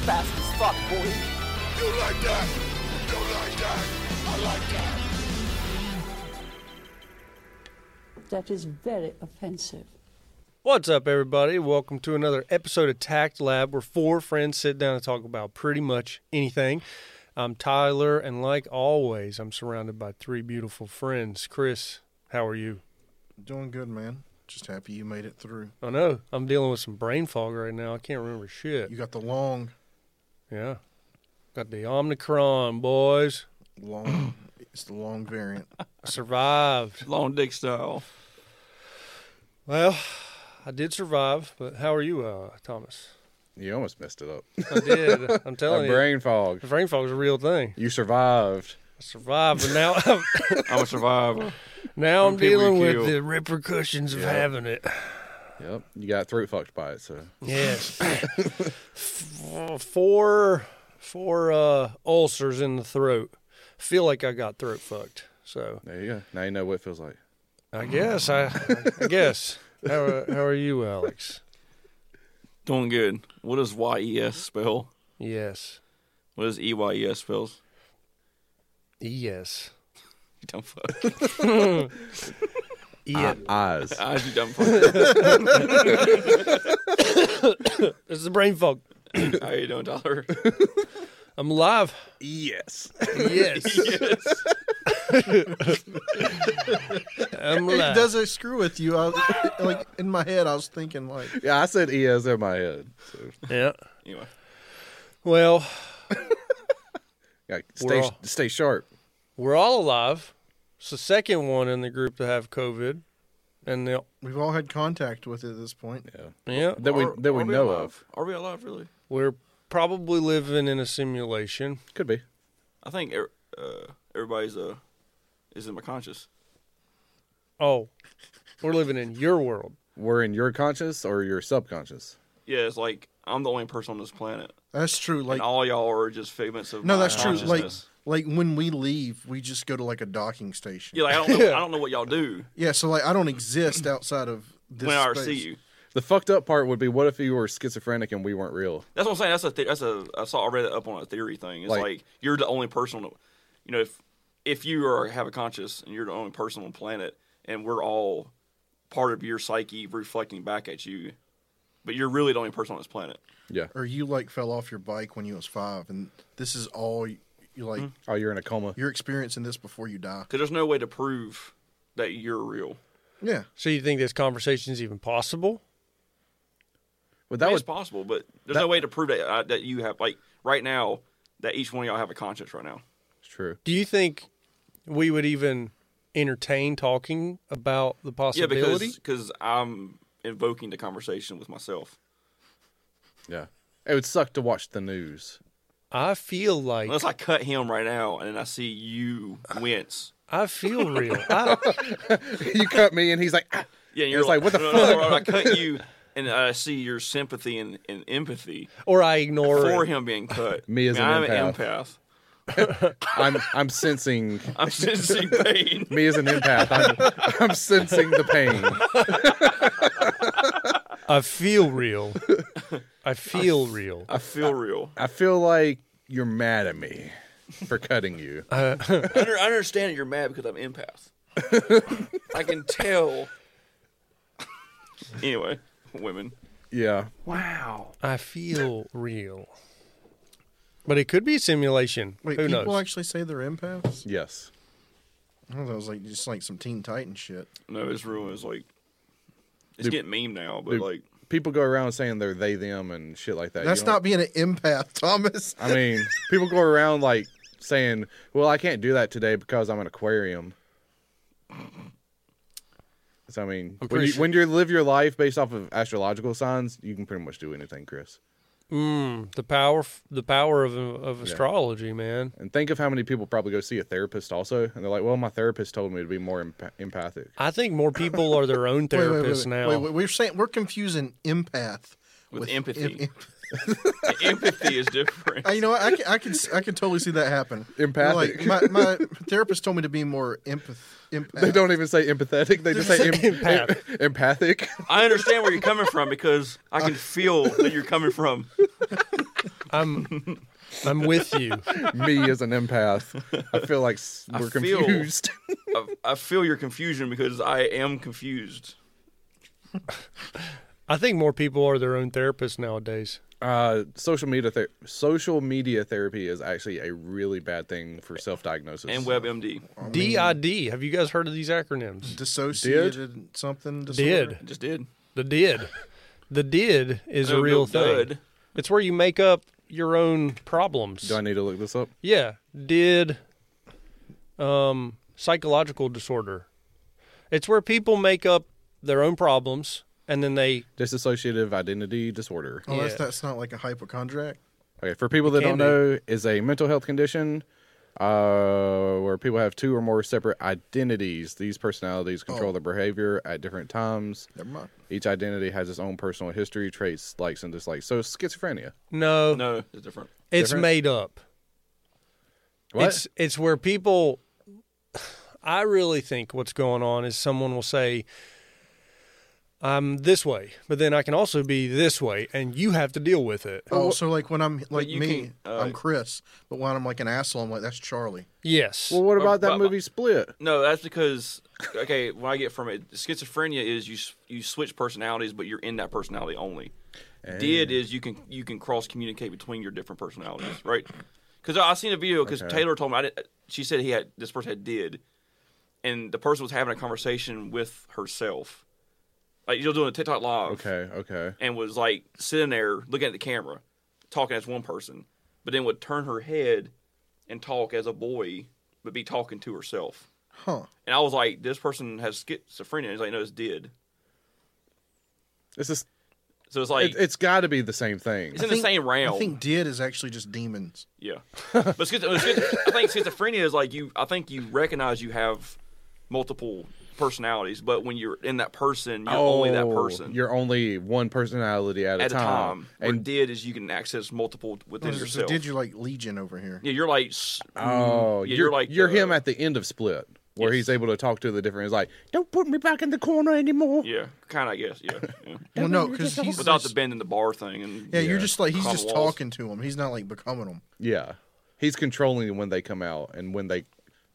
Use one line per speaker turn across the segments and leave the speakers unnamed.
fuck, boy.
You like that? You like that? I like that.
That is very offensive.
What's up, everybody? Welcome to another episode of Tact Lab, where four friends sit down and talk about pretty much anything. I'm Tyler, and like always, I'm surrounded by three beautiful friends. Chris, how are you?
Doing good, man. Just happy you made it through.
I know I'm dealing with some brain fog right now. I can't remember shit.
You got the long,
Yeah, got the Omnicron, boys.
long. it's the long variant.
I survived.
Long dick style.
Well, I did survive, but how are you, uh, Thomas?
You almost messed it up.
I did. I'm telling
A
you,
brain fog.
the brain fog is a real thing.
You survived.
I survived, but now I'm,
I'm a survivor.
now I'm
From people
dealing
you
with
kill.
the repercussions of
Yeah.
having it.
Yep. You got throat fucked by it. So
Yes. F- four four uh, ulcers in the throat. Feel like I got throat fucked. So
there you go. Now you know what it feels like.
I guess I, I guess. How are, how are you, Alex?
Doing good. What does YES spell?
Yes.
What does E EYES spells?
Yes.
You dumb fuck.
Yeah.
Ah, Eyes.
I, Ah, you dumb fuck.
It's the brain fog.
How you doing, Tyler?
I'm alive.
yes.
Yes. I'm
it
alive.
does a screw with you. I, like in my head, I was thinking like,
Yeah, I said ES in my head. So
yeah.
Anyway,
Well,
yeah,
We're
stay
all-
stay sharp.
we're all alive. It's the second one in the group to have COVID, and the
we've all had contact with it at this point.
yeah
That we
Are-
that we
are
know
alive?
of.
Are we alive, really?
We're probably living in a simulation.
Could be.
I think er- uh, everybody's uh, is in my conscious.
Oh, we're living in your world.
We're in your conscious or your subconscious.
Yeah, it's like I'm the only person on this planet,
That's true. Like
and all y'all are just figments of
no,
my
that's true. Like
consciousness.
like when we leave, we just go to like a docking station.
yeah, like, I don't know, I don't know what y'all do
Yeah, So like I don't exist outside of this.
when I
space.
see you.
The fucked up part would be what if you were schizophrenic and we weren't real?
That's what I'm saying. That's a the- that's a I saw I read it up on a theory thing. It's like,
Like-
you're the only person, on the- you know, if if you are have a conscience and you're the only person on the planet, and we're all part of your psyche reflecting back at you, but you're really the only person on this planet.
Yeah.
Or you like fell off your bike when you was five, and this is all you you,
Hmm.
like.
Oh, you're in a coma.
You're experiencing this before you die.
Because there's no way to prove that you're real.
Yeah.
So you think this conversation is even possible?
But
I
that
mean,
was
it's possible, but there's no
that-
way to prove that uh, that you have like right now that each one of y'all have a conscience right now.
true.
Do you think we would even entertain talking about the
Yeah, because
possibility?
because I'm invoking the conversation with myself.
Yeah. It would suck to watch the news.
I feel like
Unless I cut him right now and then I see you wince.
I feel real. I,
you cut me and he's like, ah.
Yeah, and
It's like, what the
no, no, no, no, I cut you and I see your sympathy and, and empathy
or I ignore
for
it.
him being cut.
Me as
I
an
mean, I'm
empath.
an empath.
I'm I'm sensing
I'm sensing pain.
me as an empath. I'm, I'm sensing the pain.
I feel real. I feel real.
I feel real.
I feel like you're mad at me for cutting you.
I under- I understand you're mad because I'm empath. I can tell. anyway, women.
Yeah.
Wow.
I feel real. But it could be simulation.
Wait,
Who
people
knows?
actually say they're empaths?
Yes.
I thought it was like just like some Teen Titan shit.
No, it's real. It's like it's
Dude.
getting meme now, but
Dude.
like
People go around saying they're they them and shit like that.
That's
You don't-
not being an empath, Thomas.
I mean, people go around like saying, "Well, I can't do that today because I'm an aquarium." So I mean,
I'm
when
pretty
you,
sure-
when you live your life based off of astrological signs, you can pretty much do anything, Chris.
Mm, the power, the power of of astrology, man.
And think of how many people probably go see a therapist also, and they're like, "Well, my therapist told me to be more emp- empathic."
I think more people are their own
Wait, wait, wait,
therapists
wait.
now.
Wait, wait, we're saying we're confusing empath
With empathy.
em- em-
empathy is different.
I- you know, what? I can, I can, I can totally see that happen.
Empathic.
Like my, my therapist told me to be more empath. empath.
They don't even say empathetic; they just say em-
Empath.
em- empathic.
I understand where you're coming from because I can feel that you're coming from.
I'm I'm with you.
Me as an empath, I feel like s-
I
we're
feel-
confused.
I, I feel your confusion because I am confused.
I think more people are their own therapists nowadays.
uh, social media, ther social media therapy is actually a really bad thing for self-diagnosis.
And WebMD
DID. Have you guys heard of these acronyms?
Dissociated something. Disorder.
Did.
I just did.
The did. The did is
No,
a
no,
real thing.
dud.
It's where you make up your own problems.
Do I need to look this up?
Yeah. Did um psychological disorder. It's where people make up their own problems and then they
Dissociative identity disorder.
Oh,
Yeah.
that's, that's not like a hypochondriac.
Okay, for people that
can
don't know, is a mental health condition uh, where people have two or more separate identities. These personalities control
Oh.
their behavior at different times.
Never mind.
Each identity has its own personal history, traits, likes, and dislikes. So it's schizophrenia.
no,
No, it's different.
it's
different?
made up.
What?
It's it's where people I really think what's going on is someone will say I'm this way, but then I can also be this way and you have to deal with it.
Oh, so like when I'm like
you
me,
can't, uh,
I'm Chris, but when I'm like an asshole, I'm like that's Charlie.
Yes.
well, what
Well,
about that
but-
movie Split?
No, that's because okay. What I get from it, schizophrenia is you s- you switch personalities, but you're in that personality only. Did is you can you can cross communicate between your different personalities, right? Because I I seen a video because
Okay.
Taylor told me I did, she said he had this person had did, and the person was having a conversation with herself, like you're doing a TikTok live,
Okay, okay.
and was like sitting there looking at the camera, talking as one person, but then would turn her head and talk as a boy, but be talking to herself.
Huh?
And I was like, this person has schizophrenia. He's like, no, it's did.
It's just,
So it's like,
it, it's got to be the same thing.
it's in the same realm.
I think did is actually just demons.
yeah. but schizo- but schizo- I think schizophrenia is like you, I think you recognize you have multiple personalities, but when you're in that person, you're only that
Oh,
person.
You're only one personality at,
at
a time.
Where
And
did is you can access multiple within
So
yourself.
did you like Legion over here?
yeah, you're like, s-
oh,
yeah,
you're,
you're like uh,
you're
the-
him at the end of Split, where
Yes.
he's able to talk to the different. He's like, "Don't put me back in the corner anymore."
yeah, kind of, I guess, yeah. yeah.
Well, no, because he's
Without the
just-
bend in the bar thing. And,
yeah, You're just like he's
Climb
just
walls.
talking to him. He's not like becoming him.
Yeah, he's controlling when they come out and when they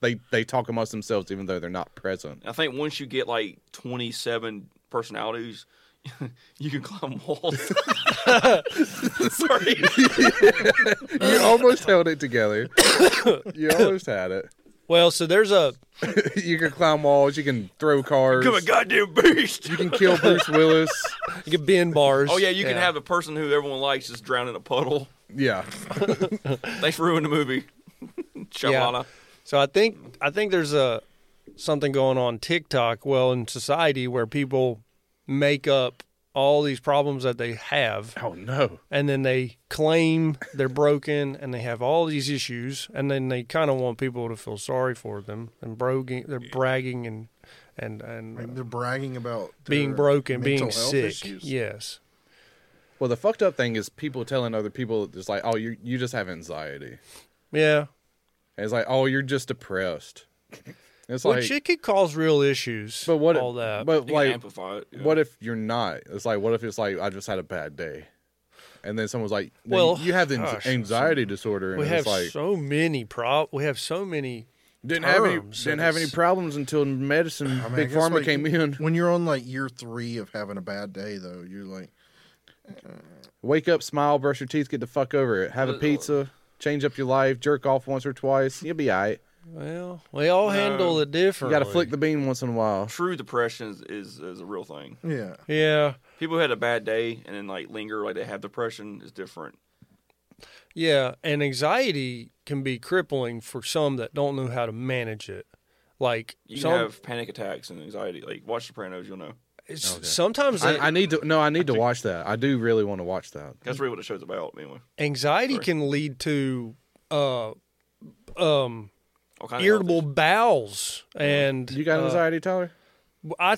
they they talk amongst themselves, even though they're not present.
I think once you get like 27 personalities, you can climb walls. Sorry.
You almost held it together. You almost had it.
Well, so there's a
You can climb walls. You can throw cars.
Become a goddamn beast.
You can kill Bruce Willis.
you can bend bars.
Oh, yeah, you can have a person who everyone likes just drown in a puddle.
Yeah,
Thanks for ruining the movie. Shyamala.
So I think I think there's a something going on TikTok, well in society where people make up all these problems that they have
Oh no.
and then they claim they're broken and they have all these issues and then they kind of want people to feel sorry for them and broguing, they're bragging and and and
Like, they're bragging about
being
their
broken, being
mental health
sick.
issues.
Yes.
Well, the fucked up thing is people telling other people it's like, "Oh, you you just have anxiety."
Yeah.
And it's like, "Oh, you're just depressed." It's like,
Which it could cause real issues.
but what?
all that.
But
You can
like,
amplify it. yeah.
what if you're not? It's like, what if it's like I just had a bad day, and then someone's like, "Well,
Well,
you have an
gosh,
anxiety disorder," and
we
it's
have
like,
so many prob we have so many
"Didn't have any,
terms
didn't
that
have any
it's-
problems until medicine,
I mean, I
big
guess,
pharma
like,
came in."
When you're on like year three of having a bad day, though, you're like,
Wake up, smile, brush your teeth, get the fuck over it. Have a pizza, change up your life, jerk off once or twice, you'll be alright.
Well, we all handle it
You
differently.
got to flick the bean once in a while.
True depression is, is, is a real thing.
yeah,
Yeah,
People who had a bad day and then like linger like they have depression is different.
yeah, and anxiety can be crippling for some that don't know how to manage it. Like
You can
some,
have panic attacks and anxiety. Like watch Sopranos, you'll know.
it's-
Oh,
sometimes
I,
it-
I need to no, I need to watch that. I do really want to watch that.
That's really what the show's about, anyway.
anxiety can lead to uh, um,
All kinds of health
irritable bowels, and
You got
uh,
anxiety, Tyler?
I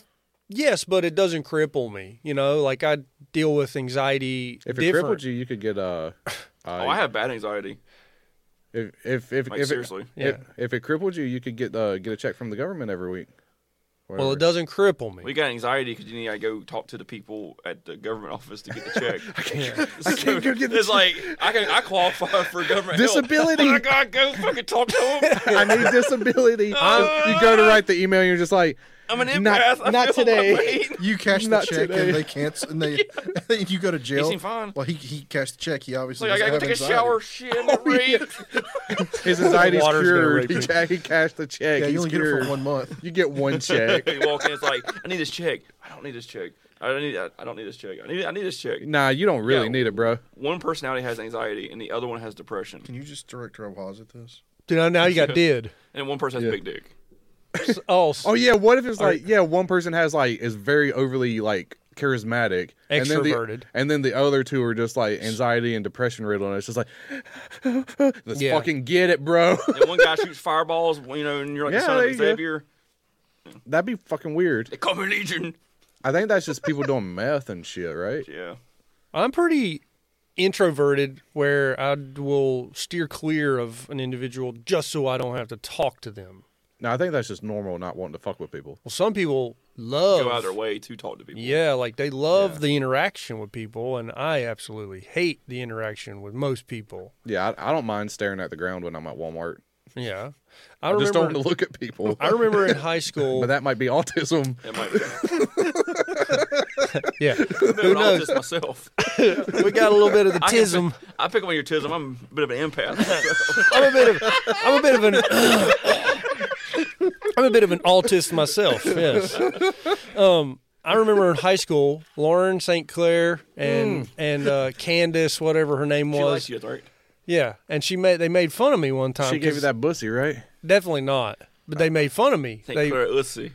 yes, but it doesn't cripple me. You know, like I deal with anxiety
If it
different.
crippled you, you could get uh, uh
Oh, I have bad anxiety.
if if if,
Like,
if
seriously.
it, if, if it crippled you, you could get uh get a check from the government every week.
Well, it doesn't cripple me.
We got anxiety because you need to go talk to the people at the government office to get the check. I can't,
can't go get the
It's like I can I qualify for government help,
Disability.
but I gotta go fucking talk to them.
I need disability. you go to write the email, and you're just like,
I'm an empath.
Not-
I
not
feel
today.
my pain.
You cash the
Not
check
today.
and they cancel and they you go to jail.
seemed fine.
Well, he he cashed the check. He
It's
obviously
Like I gotta go
doesn't
take
have
a
anxiety.
shower. Shit,
Oh,
in the rain.
his anxiety's
Water's gonna
cured.
rape
He,
you.
ca- he cashed the check.
Yeah,
He's
you only
cured.
get it for one month.
You get one check.
You walk in, it's like I need this check. I don't need this check. I don't need. I, I don't need this check. I need. I need this check.
nah, you don't really
Yeah.
need it, bro.
One personality has anxiety, and the other one has depression,
Can you just direct deposit this?
Dude, now- now you got did.
and one person has
Yeah.
big dick.
Oh,
Oh yeah, what if it's
Or-
like yeah, one person has like is very overly like charismatic, and then the-
Extroverted.
and then the other two are just like anxiety and depression riddled, and it's just like, let's
Yeah.
fucking get it, bro.
And one guy shoots fireballs, you know, and you're like
Yeah,
the son
there
of
you go.
Xavier.
That'd be fucking weird.
They call me Legion.
I think that's just people doing meth and shit, right?
Yeah.
I'm pretty introverted where I will steer clear of an individual just so I don't have to talk to them.
No, I think that's just normal not wanting to fuck with people.
Well, some people
Go out of
love
their way to talk to people.
Yeah, like they love
Yeah.
the interaction with people and I absolutely hate the interaction with most people.
Yeah, I, I don't mind staring at the ground when I'm at Walmart.
Yeah.
I,
I,
just don't want
remember
to look at people.
I remember in high school
but that might be autism.
That might be.
Yeah.
Who knows? myself.
we got a little bit of the
I can
tism.
pick- I pick up on your tism. I'm a bit of an empath.
I'm a bit of I'm a bit of an I'm a bit of an autist myself. Yes. Um, I remember in high school, Lauren St. Clair and
Hmm.
and uh, Candace, whatever her name
she likes
was,
you, right?
yeah, and she made they made fun of me one time.
She gave
'cause-
you that bussy, right?
Definitely not. But they made fun of me.
Think
They,
Clara Ussy.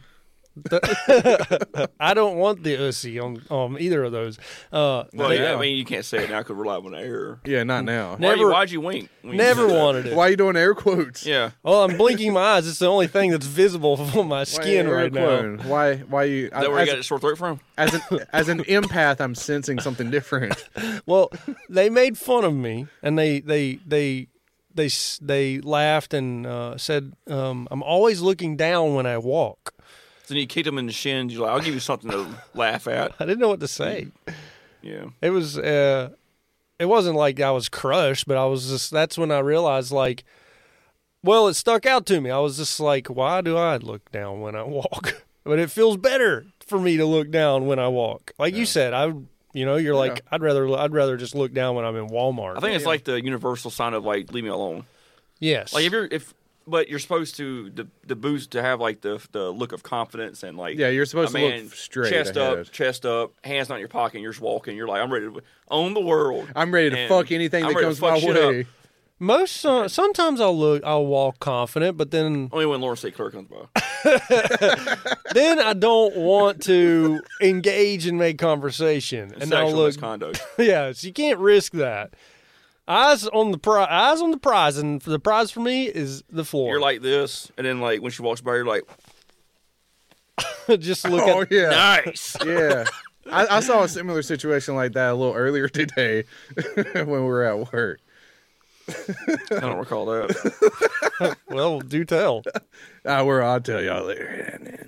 I don't want the ussy on, on either of those. Uh,
Well,
they-
yeah, I mean, you can't say it now because we're live on the air.
Yeah,
Mm.
not now.
Why you,
Never-
why'd you wink? when you
never
said that?
wanted it.
Why are you doing air quotes?
Yeah.
Well, I'm blinking my eyes. It's the only thing that's visible from my
Why
skin
air
right now.
quote? Why? Why you?
Is that where
as,
you got a short throat from?
as an as an empath, I'm sensing something different.
Well, they made fun of me, and they they they they s- they laughed and uh, said, um, "I'm always looking down when I walk."
So you kicked him in the shin. You're like, I'll give you something to laugh at.
I didn't know what to say.
Yeah.
It was uh, it wasn't like I was crushed, but I was just. That's when I realized, like, well, it stuck out to me. I was just like, why do I look down when I walk? but it feels better for me to look down when I walk. Like you said, I. You know, you're like, I'd rather, I'd rather just look down when I'm in Walmart.
I think it's like the universal sign of like, leave me alone.
yes,
Like if you're if, but you're supposed to the the boost to have like the the look of confidence and like
Yeah, you're supposed
I
to look
mean,
straight
chest
ahead.
up, chest up, hands not in your pocket, and you're just walking. You're like, I'm ready to own the world.
I'm ready to
And
fuck anything
I'm
that
ready to
comes
fuck
my
shit
way.
up.
Most uh, sometimes I'll look, I'll walk confident, but then
Only when Lawrence St. Clair comes by.
then I don't want to engage and make conversation, and I'll
Sexual
look.
misconduct.
yeah, so you can't risk that. Eyes on the prize, eyes on the prize, and the prize for me is the floor.
You're like this, and then like when she walks by, you're like,
just look
Oh
at.
yeah,
nice.
yeah. I, I saw a similar situation like that a little earlier today when we were at work.
I don't recall that.
Well, do tell.
Uh, where I'll tell y'all later.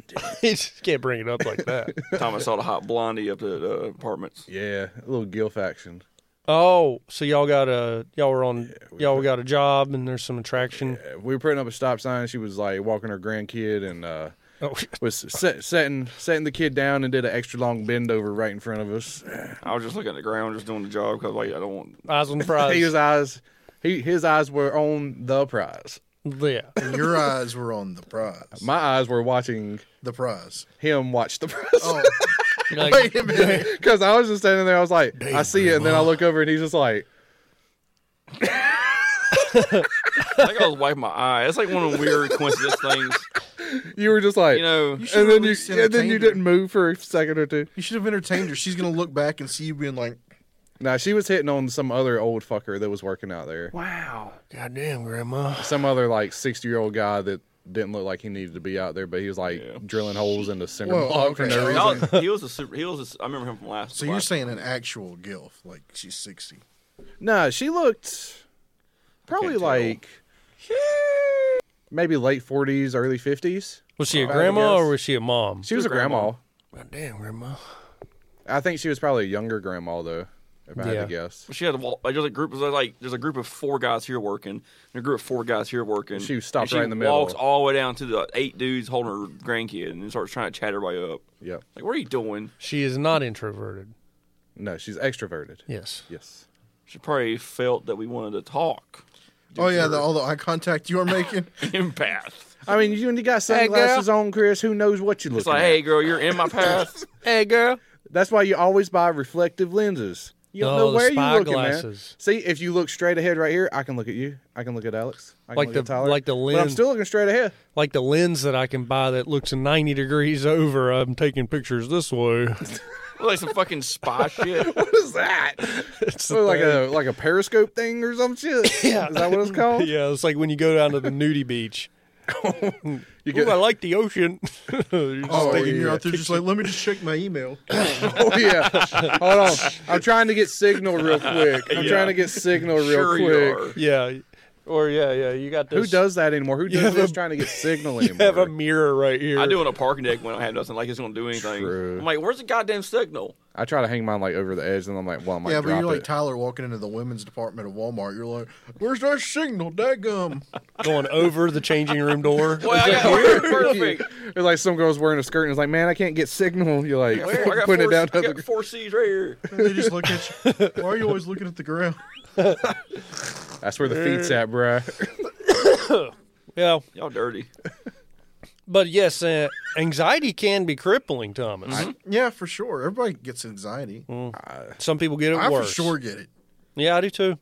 you just can't bring it up like that.
The time I saw the hot blondie up at the uh, apartments.
Yeah, a little gilf action.
Oh, so y'all got a y'all were on y'all got a job, and there's some attraction.
Uh, We were putting up a stop sign. She was like walking her grandkid and uh,
Oh,
was set, setting setting the kid down and did an extra long bend over right in front of us.
I was just looking at the ground, just doing the job because like I don't want.
eyes on the
His
prize.
eyes, he his eyes were on the prize.
Yeah.
Your eyes were on the prize.
My eyes were watching
the prize.
him watch the prize.
Oh,
You're like,
wait a minute.
Because I was just standing there, I was like, I see it, and then I look over, and he's just like,
I think I was wiping my eye. That's like one of the weird coincidence things.
you were just like,
You know,
You should
and
have at
then you
least
and then you
entertained
didn't
her.
move for a second or two.
You should have entertained her. She's gonna look back and see you being like,
Nah, she was hitting on some other old fucker that was working out there,
wow.
Goddamn, grandma.
some other like sixty year old guy that didn't look like he needed to be out there, but he was like
Yeah.
drilling holes in the center
Whoa,
block for
okay.
no reason.
No, he was a super. He was. A, I remember him from last.
So you're
last-
saying an actual gilf, like she's sixty.
Nah, she looked probably
tell.
like maybe late forties, early fifties.
Was she a
I had to
grandma or
guess.
was she a mom?
She was a grandma.
God Oh, damn, grandma.
I think she was probably a younger grandma though, if I had
Yeah.
to guess.
She had a, wall- like, there's a group there's like there's a group of four guys here working, and a group of four guys here working.
She stopped
and she
right in the middle.
Walks all the way down to the eight dudes holding her grandkid and starts trying to chat everybody up.
Yep.
Like, what are you doing?
She is not introverted.
No, she's extroverted.
Yes.
Yes.
She probably felt that we wanted to talk.
Oh yeah, the, all the eye contact you are making.
Empath.
I mean, you, when you got sunglasses on, Chris, who knows what you look
It's like,
at?
hey, girl, you're in my path.
Hey, girl.
That's why you always buy reflective lenses. You don't
Oh,
know
the
where you're looking,
spyglasses.
man. See, if you look straight ahead right here, I can look at you. I can look at Alex. I can
Like
look
the-
at Tyler.
like the
But I'm
lens-
still looking straight ahead.
Like the lens that I can buy that looks 90 degrees over. I'm taking pictures this way.
like some fucking spy shit.
What is that?
It's the
What, like
thing.
a like a periscope thing or some shit. Yeah. Is that what it's called?
Yeah, it's like when you go down to the nudie beach.
You
Ooh,
get,
I like the ocean. You're just
Oh,
thinking
and
you're
you're
a
out there just like, let me just check my email.
oh yeah. Hold on. I'm trying to get signal real quick. I'm
Yeah.
trying to get signal real
sure you
quick.
are.
Yeah. Or yeah, yeah. You got
Who
this.
does that anymore? Who does
have
this
a-
trying to get signal
You have a
anymore?
mirror right here.
I do on a parking deck when I have nothing like it's gonna do anything.
True.
I'm like, where's the goddamn signal?
I try to hang mine like over the edge, and I'm like, well, I might
yeah,
drop
but you're like
it.
Tyler walking into the women's department of Walmart. You're like, where's our signal, daggum?
going over the changing room door.
Well, I got where's perfect.
It's like some girl's wearing a skirt and it's like, man, I can't get signal. You're like,
Where? I got
putting
four,
it down.
I
to
got
the-
four C's right here.
And they just look at you. Why are you always looking at the ground?
That's where the feet's at, bruh.
Yeah,
Y'all dirty.
but yes, uh, anxiety can be crippling, Thomas.
Yeah, for sure. Everybody gets anxiety.
Some people get it
I
worse.
for sure get it,
Yeah, I do too.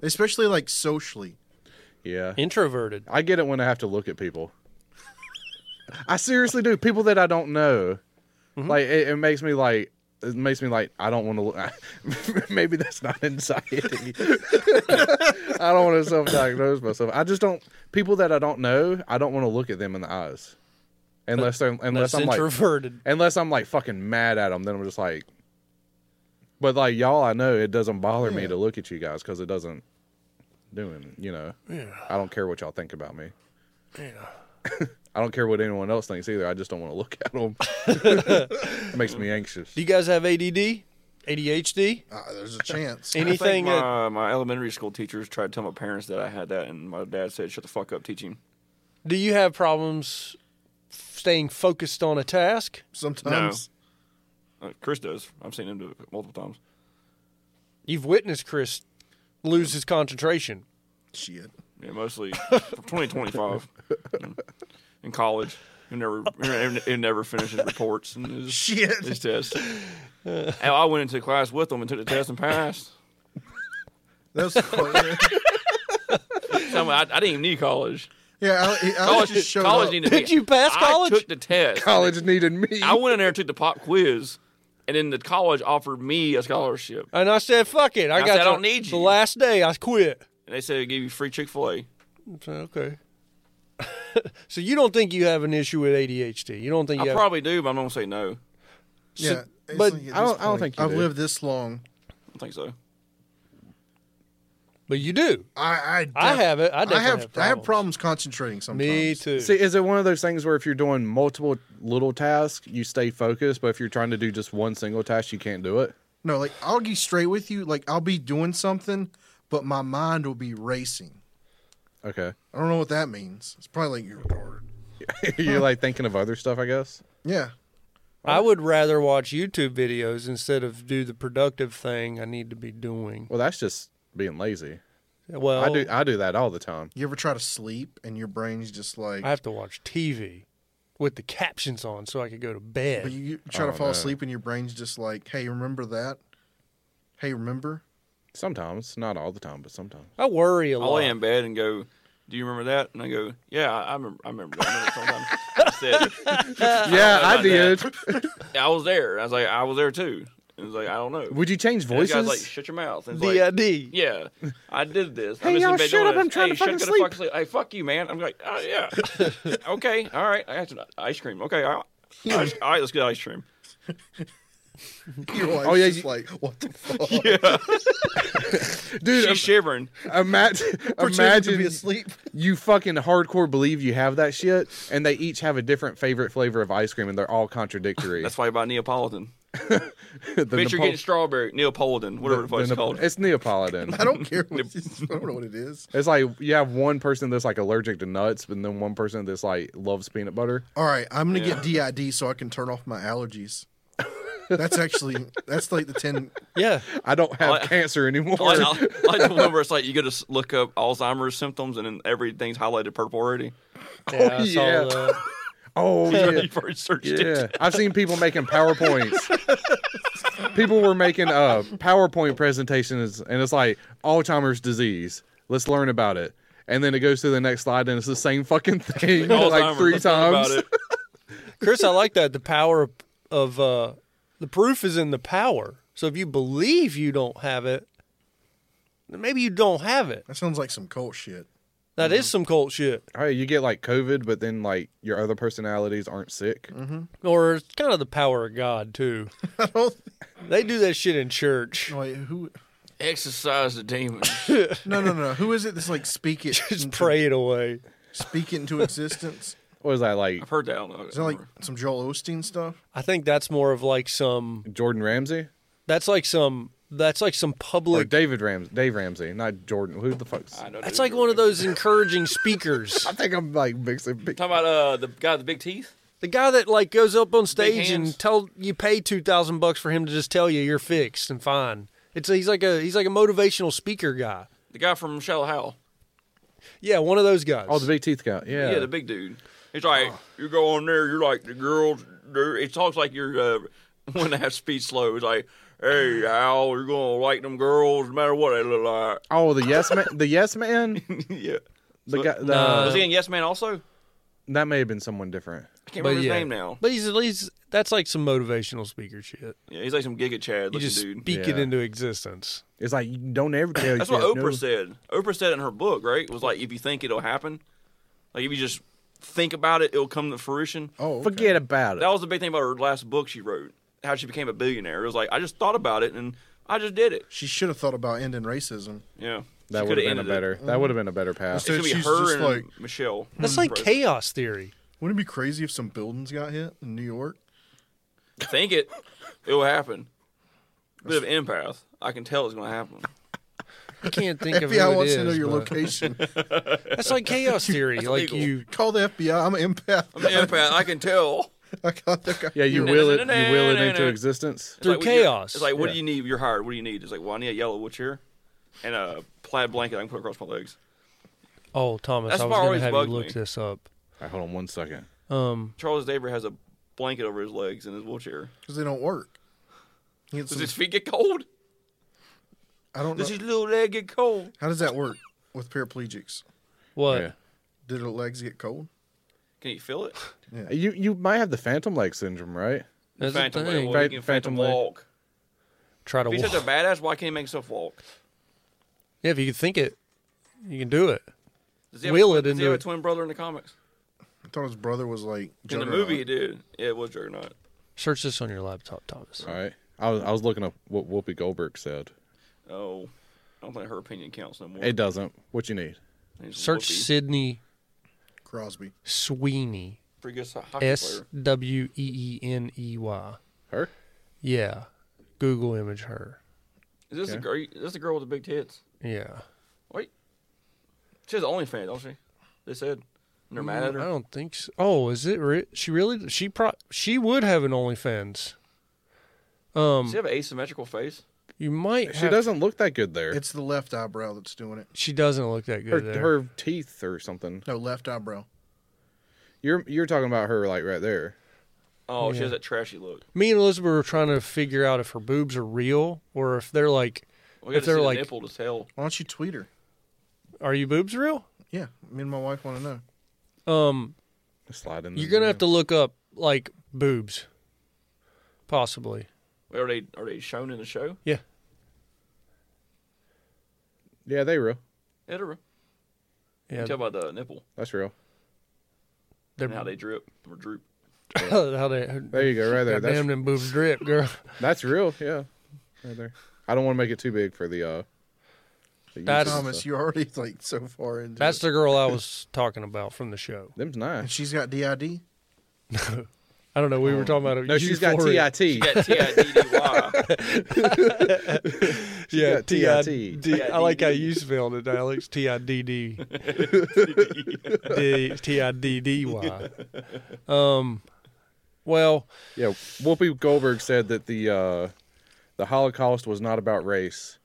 especially like socially.
Yeah.
Introverted.
I get it when I have to look at people. I seriously do. People that I don't know. Like, it, it makes me like, it makes me like, I don't want to look. Maybe that's not anxiety. I don't want to self diagnose myself. I just don't, people that I don't know, I don't want to look at them in the eyes. Unless they're, unless
That's
I'm like,
introverted.
Unless I'm like fucking mad at them, then I'm just like. But like y'all, I know it doesn't bother me to look at you guys because it doesn't doing. You know, I don't care what y'all think about me. I don't care what anyone else thinks either. I just don't want to look at them. it makes me anxious.
do you guys have ADD, ADHD,
Uh, there's a chance.
I think
anything? that,
my, my elementary school teachers tried to tell my parents that I had that, and my dad said, "Shut the fuck up, teaching."
do you have problems staying focused on a task?
Sometimes
Uh, Chris does. I've seen him do it multiple times.
You've witnessed Chris lose his concentration.
shit.
Yeah, mostly from 2025 in college. He never, he never finished his reports and his,
Shit.
his tests. And I went into class with him and took the test and passed.
That's funny.
So I, I didn't even need college.
yeah. I, I
College,
just showed
college
up.
needed
Did
me.
you pass college?
I took the test.
College needed me.
I went in there and took the pop quiz, and then the college offered me a scholarship.
And I said, "Fuck it, I,
I
got
said, "I
to-
don't need
The
you."
last day, I quit.
And they said they give you free Chick Fil A.
So, okay. so you don't think you have an issue with ADHD? You don't think you
I
have?
probably do, but I'm not gonna say no.
Yeah, it's
but
at
I don't-
this
I don't
point,
think you
I've
do.
lived this long.
I don't think so.
but you do.
I I, def-
I have it. I
I
definitely have
have, I have
problems.
problems concentrating sometimes.
Me too.
See, is it one of those things where if you're doing multiple little tasks, you stay focused, but if you're trying to do just one single task, you can't do it?
No, like I'll be straight with you. Like I'll be doing something, but my mind will be racing.
Okay.
I don't know what that means. It's probably like you're retarded.
you're like thinking of other stuff, I guess.
Yeah.
I would rather watch YouTube videos instead of do the productive thing I need to be doing.
Well, that's just being lazy.
Well,
I do I do that all the time.
You ever try to sleep and your brain's just like,
I have to watch TV with the captions on so I could go to bed.
but you you try to
Oh,
fall
no.
asleep and your brain's just like, hey, remember that? Hey, remember?
Sometimes, not all the time, but sometimes.
I worry a
I'll
lot.
lay in bed and go, "Do you remember that?" And I go, "Yeah, I I remember. I remember that." I remember sometimes. I said, Uh,
yeah, I
about that.
did.
"I was there." I was like, "I was there too." And it's like, "I don't know."
Would you change
And the
voices?
guy's like, "Shut your mouth." And it's like,
DID.
yeah, I did this. I'm just
Hey,
in
y'all,
bed
shut
doing
up,
this.
I'm trying
hey,
to fucking
shut the Fuck sleep. Hey, fuck you, man. I'm like, oh, yeah. okay, all right. I got some ice cream. Okay, I, ice, all right, let's get ice cream.
Your wife's
Oh, yeah,
just
you-
like, what the fuck?
dude.
She's shivering.
imagine,
Pretending to
imagine
be asleep.
you fucking hardcore believe you have that shit, and they each have a different favorite flavor of ice cream, and they're all contradictory.
That's why you buy Neapolitan.
the
Bitch, you're
Nepal-
getting strawberry, Neapolitan, whatever the, fuck it's
Nep-
called.
It's Neapolitan.
I don't care. What you, I don't know what it is.
It's like you have one person that's like allergic to nuts, and then one person that's like loves peanut butter.
All right, I'm gonna get DID so I can turn off my allergies. That's actually that's like the ten.
Yeah.
I don't have
like-
cancer anymore.
I like, I like the one where it's like you go to s- look up Alzheimer's symptoms and then everything's highlighted purple already.
Yeah, I saw
yeah.
that.
oh yeah,
you first searched it.
yeah. I've seen people making powerpoints. people were making uh PowerPoint presentations, and it's like Alzheimer's disease. Let's learn about it, and then it goes to the next slide, and it's the same fucking thing like
Alzheimer's,
three
let's talk about
times.
it.
Chris, I like that. The power of- of uh, the proof is in the power. So if you believe you don't have it, then maybe you don't have it.
That sounds like some cult shit.
That is some cult shit.
All right, you get like COVID, but then like your other personalities aren't sick.
Or it's kind of the power of God, too.
I don't.
They do that shit in church.
Wait, who?
Exercise the demon.
No, no, no. Who is it that's like speak it?
Just pray it away.
Speak it into existence.
What is that like?
I've heard that. I don't know.
Is that like some Joel Osteen stuff?
I think that's more of like some.
Jordan Ramsey?
That's like some. That's like some
Or
public.
David Ramsey, Dave Ramsey, not Jordan. Who the fuck's?
I
I
know,
That's
dude.
like one of those encouraging speakers.
think I'm like mixing. big-
Talking about uh, the guy with the big teeth?
The guy that like goes up on stage
hands.
and tell you pay two thousand bucks for him to just tell you you're fixed and fine. It's he's like a he's like a motivational speaker guy.
The guy from Shallow Hal.
Yeah, one of those guys.
Oh, the big teeth guy. Yeah.
Yeah. the big dude. He's like, you go on there, you're like, the girls, they're- it talks like you're uh, when they have speed slow. It's like, hey, Al, you're going to like them girls no matter what they look like.
oh, the yes man. The yes man.
yeah.
The guy. The,
Was he in Yes Man also?
that may have been someone different.
I can't remember his name now.
But he's at least that's like some motivational speaker shit.
Yeah, he's like some Giga Chad
You
looking
just
dude.
speak it
Yeah.
into existence.
It's like you don't ever tell.
That's
your
what Oprah
kids no.
said. Oprah said in her book, right? Was like, if you think it'll happen, like if you just think about it, it'll come to fruition.
Oh, okay.
Forget about it.
That was the big thing about her last book she wrote, how she became a billionaire. It was like, I just thought about it and I just did it.
She should have thought about ending racism.
Yeah.
that
She coulda
would have been a
ended it.
better. That would have been a better path.
So
It's gonna be
she's
her
just
and
like-
Michelle.
That's like chaos theory.
Wouldn't it be crazy if some buildings got hit in New York?
Think it, it will happen. Bit of empath. I can tell it's gonna happen.
I can't think of who
FBI
it
wants to know
is,
your
but-
location.
That's like chaos theory. like
illegal.
you,
Call the FBI. I'm an empath.
I'm an empath. I can tell.
I got the guy.
yeah, you will it. You will it into existence.
It's like, what
Through
do you-
chaos.
It's like, what do you need? You're hired. What do you need? It's like, well, I need a yellow wheelchair and a plaid blanket I can put across my legs.
oh Thomas,
That's
I
what
was gonna
always
have you
bugged
look
me.
this up.
All right, hold on one second.
Um,
Charles Daver has a blanket over his legs in his wheelchair.
Because they don't work. He had
Does
some-
his feet get cold?
I don't know.
Does his little leg get cold?
How does that work with paraplegics?
what?
Yeah.
Did her legs get cold?
Can you feel it?
You you might have the phantom leg syndrome, right?
That's the
phantom
thing.
leg. Well, he
Phan-
can phantom
phantom leg.
walk.
Try to
If he's
walk.
such a badass, why can't he make himself walk?
Yeah, if you can think it, you can do it.
Does he have,
Wheel
a, twin-
it
does he
into
have a
it.
twin brother in the comics?
I thought his brother was like
In the
Juggernaut.
movie, he did. Yeah, it was Juggernaut.
Search this on your laptop, Thomas.
All right. I was I was looking up what Whoopi Goldberg said.
Oh, I don't think her opinion counts no more.
It doesn't. What you need?
He's
Search
Whoopi.
Sydney
Crosby.
Sweeney.
Pretty good hockey
S
player.
W E E N E Y.
Her?
Yeah. Google image her.
Is this, the
Okay.
girl, is this the girl with the big tits?
Yeah.
Wait. She has OnlyFans, don't she? They said. And they're mad
Mm, I
at her.
don't think so. Oh, is it re- she really she pro she would have an OnlyFans. Um,
Does she have an asymmetrical face?
You might
She
have-
doesn't look that good there.
It's the left eyebrow that's doing it.
she doesn't look that good
her,
there.
her teeth or something.
No, left eyebrow.
You're you're talking about her like right there.
Oh, she has that trashy look.
Me and Elizabeth were trying to figure out if her boobs are real or if they're like
We
if
got to
they're
see
like
the nipple to tell.
Why don't you tweet her?
are you boobs real?
Yeah, me and my wife want to know.
Um
Slide in.
you're going to have to look up like boobs possibly.
Wait, are they are they shown in the show?
Yeah.
Yeah, they real.
Yeah, they're real. You
Yeah.
can tell by the nipple
That's real.
they're-
and how they drip or droop.
How they,
There you go, right there.
Goddamn,
That's
them boobs drip, girl.
that's real. Yeah, right there. I don't want to make it too big for the. uh the
That's-
YouTube
Thomas,
stuff.
you're already like so far into
That's
it.
the girl I was talking about from the show.
Them's
and
nice.
she's got DID.
I don't know. We were talking about
No, she's got
euphoria.
TIT.
You got T-I-D-D-Y.
Yeah,
got TID.
TID. I like how you spelled it, Alex. T I D D D T I D D Y. Um, well,
Yeah, Whoopi Goldberg said that the uh, the Holocaust was not about race.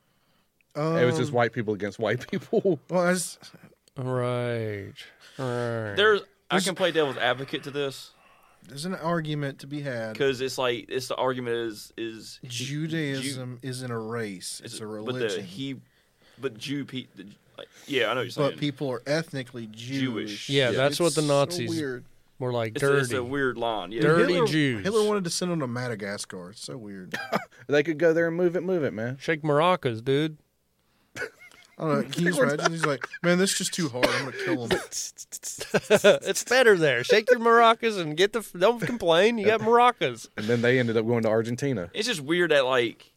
Um,
it was just white people against white people.
well, that's
right, right.
There's, I can play devil's advocate to this
there's an argument to be had.
because it's like it's the argument is is Ju-
Judaism isn't a race; it's, a
But the
religion.
he, but Jew, pe- the, like, yeah, I know what you're saying.
But people are ethnically Jewish.
Yeah,
Yeah. that's what the
It's
Nazis-
So weird.
More like
it's, a,
dirty.
it's a weird line. Yeah,
Dirty
Hitler,
Jews.
Hitler wanted to send them to Madagascar. It's so weird.
They could go there and move it, move it, man.
Shake maracas, dude.
I don't know. Can you just imagine? He's like, man, this is just too hard. I'm gonna kill him.
it's better there. Shake your maracas and get the. f- Don't complain. You got maracas.
And then they ended up going to Argentina.
it's just weird that like,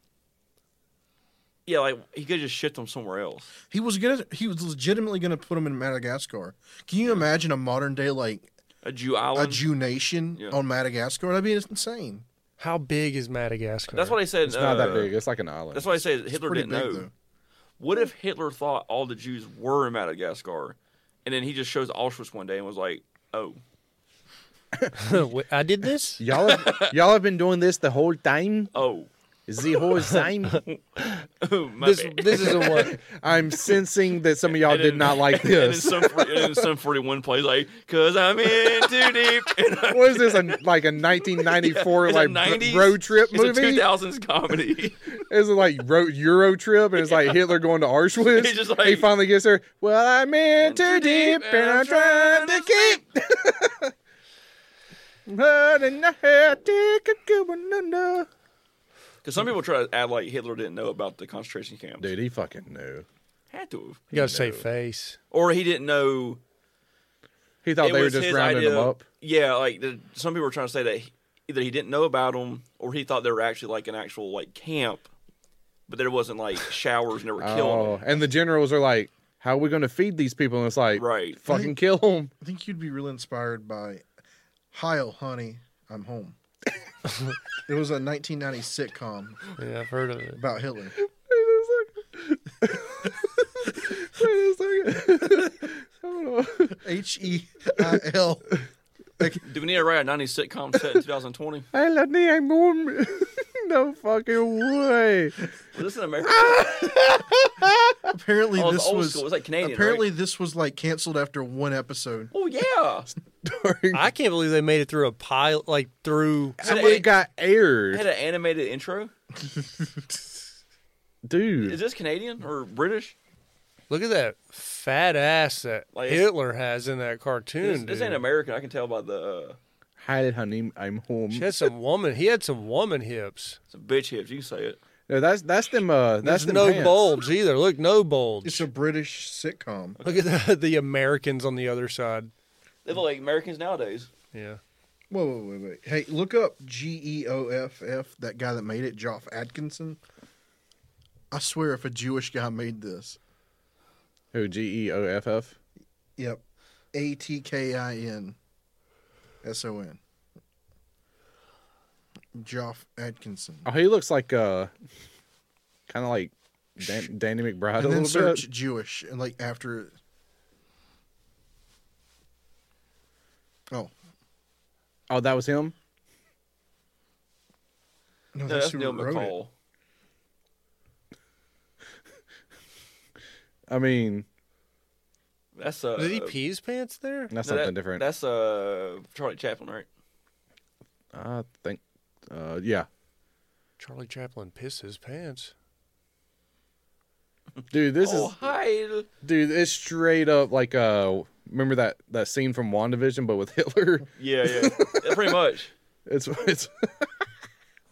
yeah, like he could just shift them somewhere else.
He was gonna. He was legitimately gonna put him in Madagascar. Can you imagine a modern day like
A Jew
a
island.
Jew nation
Yeah.
on Madagascar? That'd be insane.
How big is Madagascar?
That's what I said.
It's not
uh,
that big. It's like an island.
That's why I say that Hitler
pretty
didn't
big,
know.
though.
What if Hitler thought all the Jews were in Madagascar, and then he just shows Auschwitz one day and was like, "Oh,
Wait, I did this.
y'all have, y'all have been doing this the whole time.
oh,
The whole time.
oh, my
This
bad."
this is a one.
I'm sensing that some of y'all did not like this.
And in some, and in some 41 plays, like, because I'm in too deep. And I-
What is this? A, like a 1994
it's a
like
90s,
road trip
It's a
movie?
2000s comedy.
It's like road Euro trip, and it's like Hitler going to Auschwitz.
He's just
he
like-
finally gets there. Well, I'm in too deep, and I'm trying to keep. But in the hair, take a good one, no, no.
Because some people try to add, like, Hitler didn't know about the concentration camps.
Dude, he fucking knew.
Had to have.
You gotta say face.
Or he didn't know.
He thought
it
Oh, they were
was
just
his
rounding
idea-
him up.
Yeah, like, the, some people were trying to say that he- either he didn't know about them or he thought they were actually, like, an actual, like, camp. But there wasn't, like, showers and they were killing
Oh,
them.
and the generals are like, "How are we going to feed these people?" And it's like,
Right.
fucking kill them."
I think you'd be really inspired by "Hi, Honey, I'm Home." it was a 1990 sitcom
Yeah, I've heard of it.
about Hitler.
Wait a second. I don't know.
H E I L.
Do we need to write a 90s sitcom set in 2020?
I love the I'm warm. No fucking way.
Was this in America?
Apparently,
Oh, it was
this
old
was
school. It was, like, Canadian,
Apparently, this was like canceled after one episode.
oh, yeah.
I can't believe they made it through a pilot, like through.
Somebody
it-
got
It had
aired,
an animated intro. Is
dude.
this Canadian or British?
Look at that fat ass that
Like, it's-
Hitler has in that cartoon.
This, this
dude.
ain't American. I can tell by the uh,
Hi, honey, I'm home.
She had some woman. He had some woman hips.
it's a bitch hips. You can say it.
No, that's that's them. Uh, that's
There's
them
no
pants.
bulge either. Look, no bulge.
It's a British sitcom.
Look at the, the Americans on the other side.
They look like Americans nowadays.
Yeah.
Whoa, whoa, wait, wait. Hey, look up G E O F F. That guy that made it, Joff Atkinson. I swear, if a Jewish guy made this,
Who G E O F F?
yep, A T K I N S O N. Joff Atkinson.
Oh, he looks like uh, kind of like Dan- Danny McBride a
and then
little
search
bit.
Jewish and like after. Oh
Oh, that was him.
no,
No,
that's,
that's
who
Neil
wrote it.
McCall.
I mean,
That's uh.
Did he pee his pants there?
that's
no, that-
something different.
That's uh Charlie Chaplin, right?
I think. Uh, yeah,
Charlie Chaplin pissed his pants.
dude, this
oh
is
hi.
dude. It's straight up like uh, remember that that scene from Wandavision, but with Hitler.
Yeah, yeah. Yeah, pretty much.
It's it's.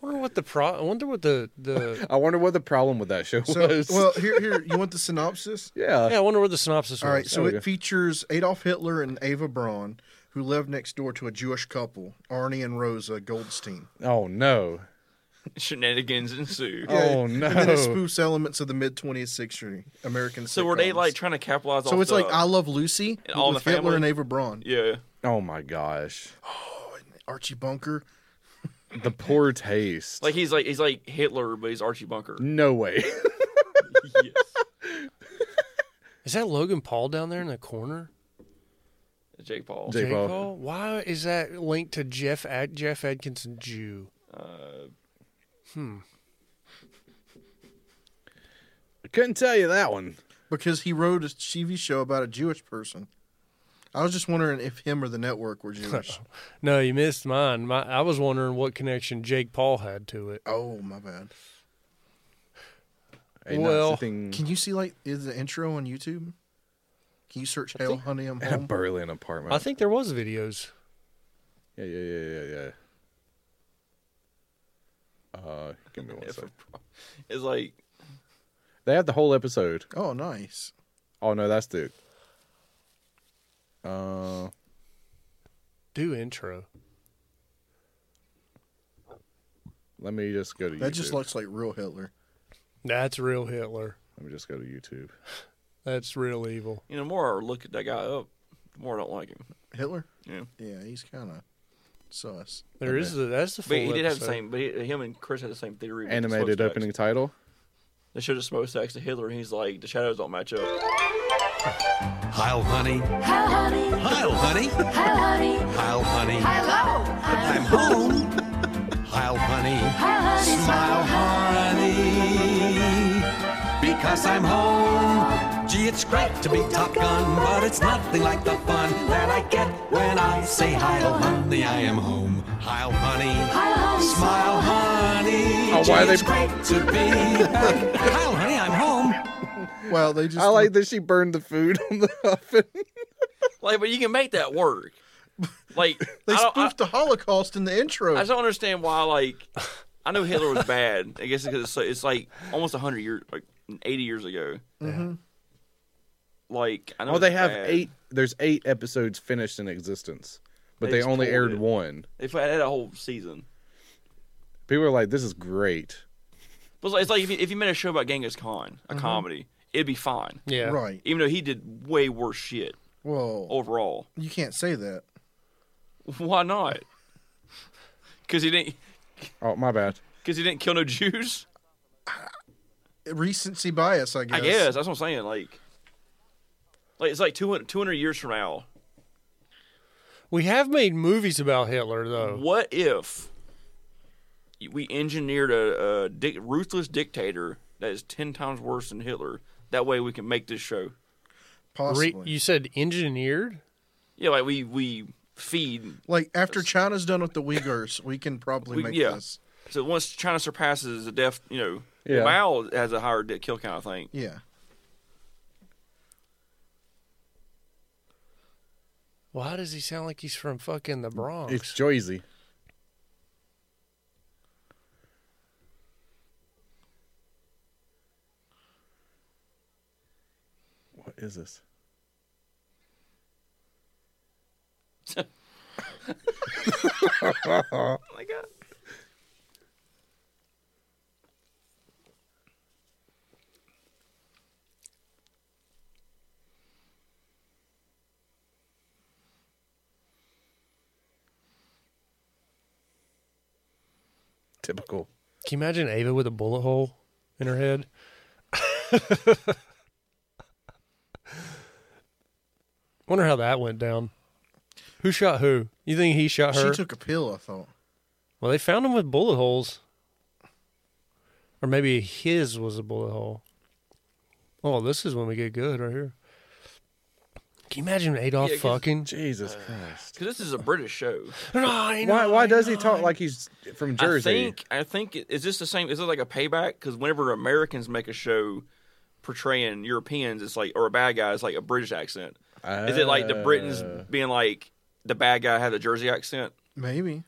I wonder what the pro. I wonder what the the.
I wonder what the problem with that show
So,
was.
well, here, here, you want the synopsis?
yeah,
Yeah, I wonder what the synopsis was.
All right, so
there we
it
go.
features Adolf Hitler and Ava Braun, who lived next door to a Jewish couple, Arnie and Rosa Goldstein.
Oh no.
Shenanigans ensue.
Oh,
and
no.
then it spoofs elements of the mid 20th century American.
so were they
sitcoms.
like trying to capitalize?
So
off
it's
the-
like I Love Lucy
And All in
with
the
Hitler and
Family?
Ava Braun,
yeah,
Oh my gosh.
Archie Bunker.
The poor taste.
like he's like he's like Hitler, but he's Archie Bunker.
no way.
yes.
Is that Logan Paul down there in the corner?
Jake Paul.
Jake Paul.
Why is that linked to Jeff Ad- Jeff Atkinson Jew?
Uh,
I couldn't tell you that one.
because he wrote a TV show about a Jewish person. I was just wondering if him or the network were Jewish.
No, you missed mine. My, I was wondering what connection Jake Paul had to it.
oh my bad.
A not
Well,
sitting
Can you see like is the intro on YouTube? Can you search "Hail Honey I'm
in a
Home"?
Berlin apartment.
I think there was videos.
yeah, yeah, yeah, yeah, yeah. Uh, give me one
if-
second.
it's like
They have the whole episode.
Oh, nice.
Oh no, that's the. Uh,
Do intro.
let me just go to.
That
YouTube.
just looks like real Hitler.
That's real Hitler.
Let me just go to YouTube.
That's real evil.
you know, the more I look at that guy up, the more I don't like him.
Hitler?
You know?
Yeah, he's kind of sus.
There is the, that's the full
But he did have the
episode.
same. But he, him and Chris had the same theory. with the
Animated
smokestacks.
opening title.
They showed a smokestacks to Hitler, and he's like, the shadows don't match up.
Heil, honey.
Hi, honey.
Heil, honey.
Hi, honey.
Heil, honey.
Hello.
I'm home. Heil, honey.
Hi, honey.
Smile, honey. Because I'm home. Gee, it's great to be Top Gun, but it's nothing like the fun that I get when I say Heil, honey. I am home. Heil, honey.
Hi, honey.
Smile, honey.
Oh, why are
Gee,
they-
It's great to be back. Heil, honey. I'm home.
Well, they just
I like that she burned the food on the oven.
Like, but you can make that work. Like,
they
I, don't, I,
spoofed the Holocaust in the intro.
I just don't understand why. Like, I know Hitler was bad. I guess because it's, it's like almost hundred years, like eighty years ago. Like, I know.
Oh, Mm-hmm. they
it's
have
bad.
eight. There's eight episodes finished in existence, but
They
they,
just
only
pulled
aired
it.
one.
They had a whole season.
People are like, "This is great."
But it's like, it's like if, you, if you made a show about Genghis Khan, a
Mm-hmm.
comedy, it'd be fine.
Yeah.
Right.
Even though he did way worse shit
Well,
overall.
you can't say that.
Why not? Because he didn't.
Oh, my bad.
Because he didn't kill no Jews.
Recency bias, I
I
guess.
guess that's what I'm saying. Like, like it's like 200, 200 years from now.
We have made movies about Hitler though.
What if we engineered a, a dic- ruthless dictator that is ten times worse than Hitler? That way, we can make this show.
Possibly.
Re- you said engineered?
Yeah, like we we feed.
like after China's done with the Uyghurs, we can probably
We-
make
yeah.
this.
So once China surpasses the death, you know,
Yeah.
Mao has a higher di- kill count. I think.
Yeah.
Why does he sound like he's from fucking the
Oh,
Bronx?
It's Joyzy. What is this?
Oh my god.
Typical.
Can you imagine Ava with a bullet hole in her head? Wonder how that went down. Who shot who? You think he shot her?
She took a pill, I thought.
well, they found him with bullet holes. Or maybe his was a bullet hole. Oh, this is when we get good right here. Can you imagine Adolf
Yeah, 'cause-
fucking?
Uh,
Jesus Christ.
Because this is a British show.
Why, why does he talk like he's from Jersey?
I think I think it- is this the same? Is it like a payback? Because whenever Americans make a show portraying Europeans, it's like or a bad guy, it's like a British accent. is it like the Britons
Uh.
being like the bad guy had a Jersey accent?
Maybe.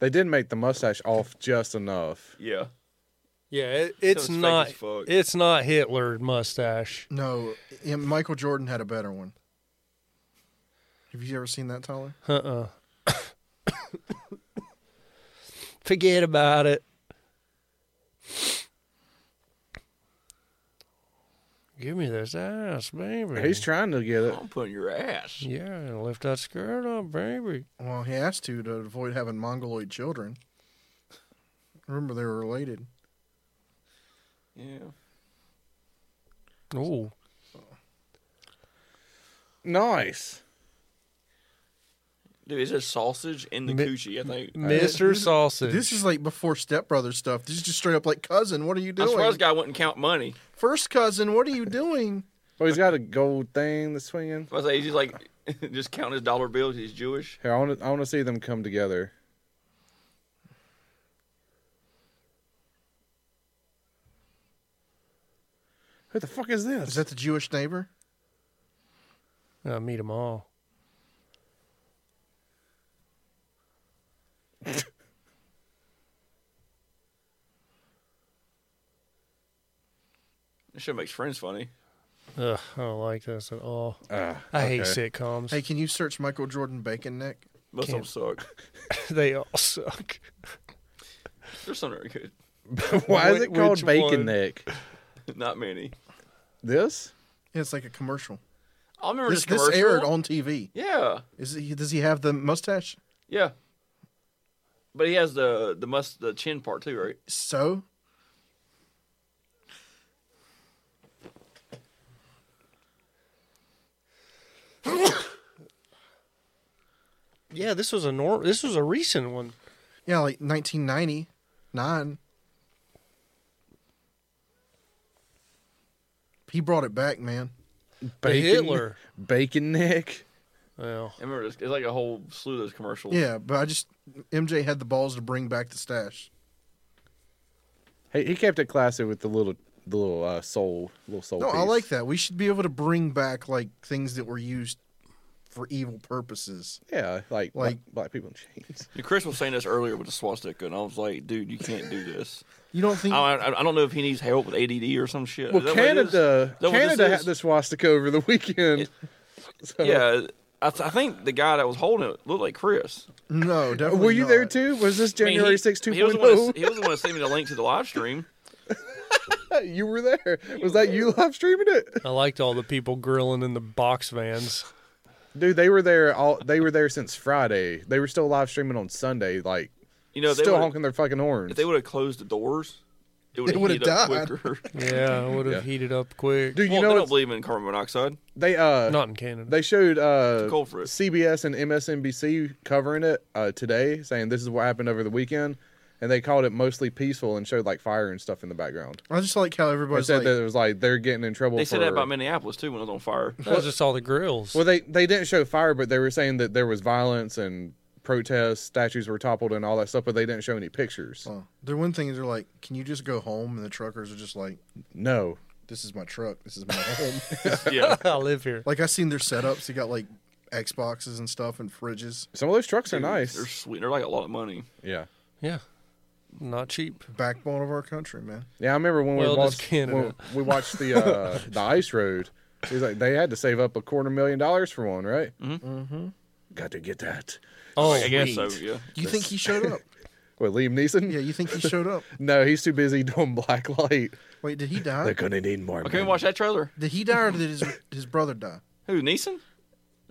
They did make the mustache off just enough.
Yeah,
Yeah, it, it's
was fake
not.
as fuck.
It's not Hitler mustache.
No, yeah, Michael Jordan had a better one. Have you ever seen that, Tyler?
Forget about it. Give me this ass, baby.
He's trying to get it.
I'm putting your ass.
yeah, lift that skirt up, baby.
Well, he has to to avoid having mongoloid children. Remember, they were related.
Yeah.
Ooh.
Uh, Nice.
Dude, it says sausage in the
Mi-
coochie, I think.
Mr. Sausage.
This is like before Step Brothers stuff. This is just straight up like cousin. What are you
I'm
doing?
surprised this guy wouldn't count money.
First cousin, what are you doing?
Well, Oh, he's got a gold thing that's swinging.
I was like, he's just like, just counting his dollar bills. He's Jewish.
Here, I want to. I want to see them come together. Who the fuck is this?
Is that the Jewish neighbor?
I meet them all.
This shit makes friends funny.
Ugh, I don't like this at all.
Ah,
I hate
okay.
sitcoms.
Hey, can you search Michael Jordan bacon neck?
Most
Can't-
of them suck.
they all suck.
There's some that are good.
Why is
Wh-
it called
which
bacon
one?
neck?
Not many.
This?
Yeah, it's like a commercial.
I remember this,
This, this
commercial.
aired on TV.
yeah,
Is he, does he have the mustache?
yeah. But he has the the must the chin part too, right?
So
Yeah, this was a nor- This was a recent one.
yeah, like 1999. He brought it back, man.
The
Bacon
Hitler.
Bacon neck.
Well,
I remember this, it's like a whole slew of those commercials.
Yeah, but I just MJ had the balls to bring back the stash.
He, he kept it classy with the little the little uh, soul little soul.
No, I
piece.
like that. We should be able to bring back like things that were used for evil purposes.
Yeah, like like
Like-
black people in chains.
Dude, Chris was saying this earlier with the swastika, and I was like, dude, you can't do this.
You don't think?
Oh, I, I, I don't know if he needs help with ADD or some shit.
Well,
Is that what it is?
Canada
Is that what this
Canada had
is?
the swastika over the weekend. So-
Yeah, I, th- I think the guy that was holding it looked like Chris.
no, definitely.
Were you there
not.
too? Was this
I mean,
January
he-
6,
He was the one
2.0?
that- he was the one to send me the link to the live stream.
oh? you were there. Was that you live streaming it?
I liked all the people grilling in the box vans.
Dude, they were there all they were there since Friday. They were still live streaming on Sunday, like
You know, they
still
would've-
honking their fucking horns.
If they would have closed the doors, it would
They would've
have died
died.
quicker.
Yeah, I would have
Yeah.
heated up quick.
Dude, you
well,
know
they don't
it's-
believe in carbon monoxide.
they uh
Not in Canada.
they showed uh
Too cold for it.
CBS and MSNBC covering it uh today saying this is what happened over the weekend and they called it mostly peaceful and showed like fire and stuff in the background.
I just like how
They
everybody's
said
like,
that it was like they're getting in trouble
They
for
said that about Minneapolis too when it was on fire.
that was just all the grills.
Well, they they didn't show fire, but they were saying that there was violence and protests, statues were toppled and all that stuff, but they didn't show any pictures.
oh. their one thing is they're like, can you just go home? And the truckers are just like,
No.
this is my truck, this is my home.
yeah,
I live here.
like I seen their setups. They got like Xboxes and stuff and fridges.
Some of those trucks are
they're
nice.
sweet. They're like a lot of money.
Yeah.
Yeah, not cheap.
Backbone of our country, man.
Yeah, I remember when
Well,
we
just
watched
Canada.
when we watched the uh, the ice road. He's like they had to save up a quarter million dollars for one, right? Mm-hmm. Got to get that.
Oh,
I guess so. Yeah,
You think he showed up?
What Liam Neeson?
yeah, you think he showed up?
No, he's too busy doing black light.
Wait, did he
They're
die?
gonna need more.
okay, we
men.
watch that trailer.
Did he die or did his his brother die?
Who Neeson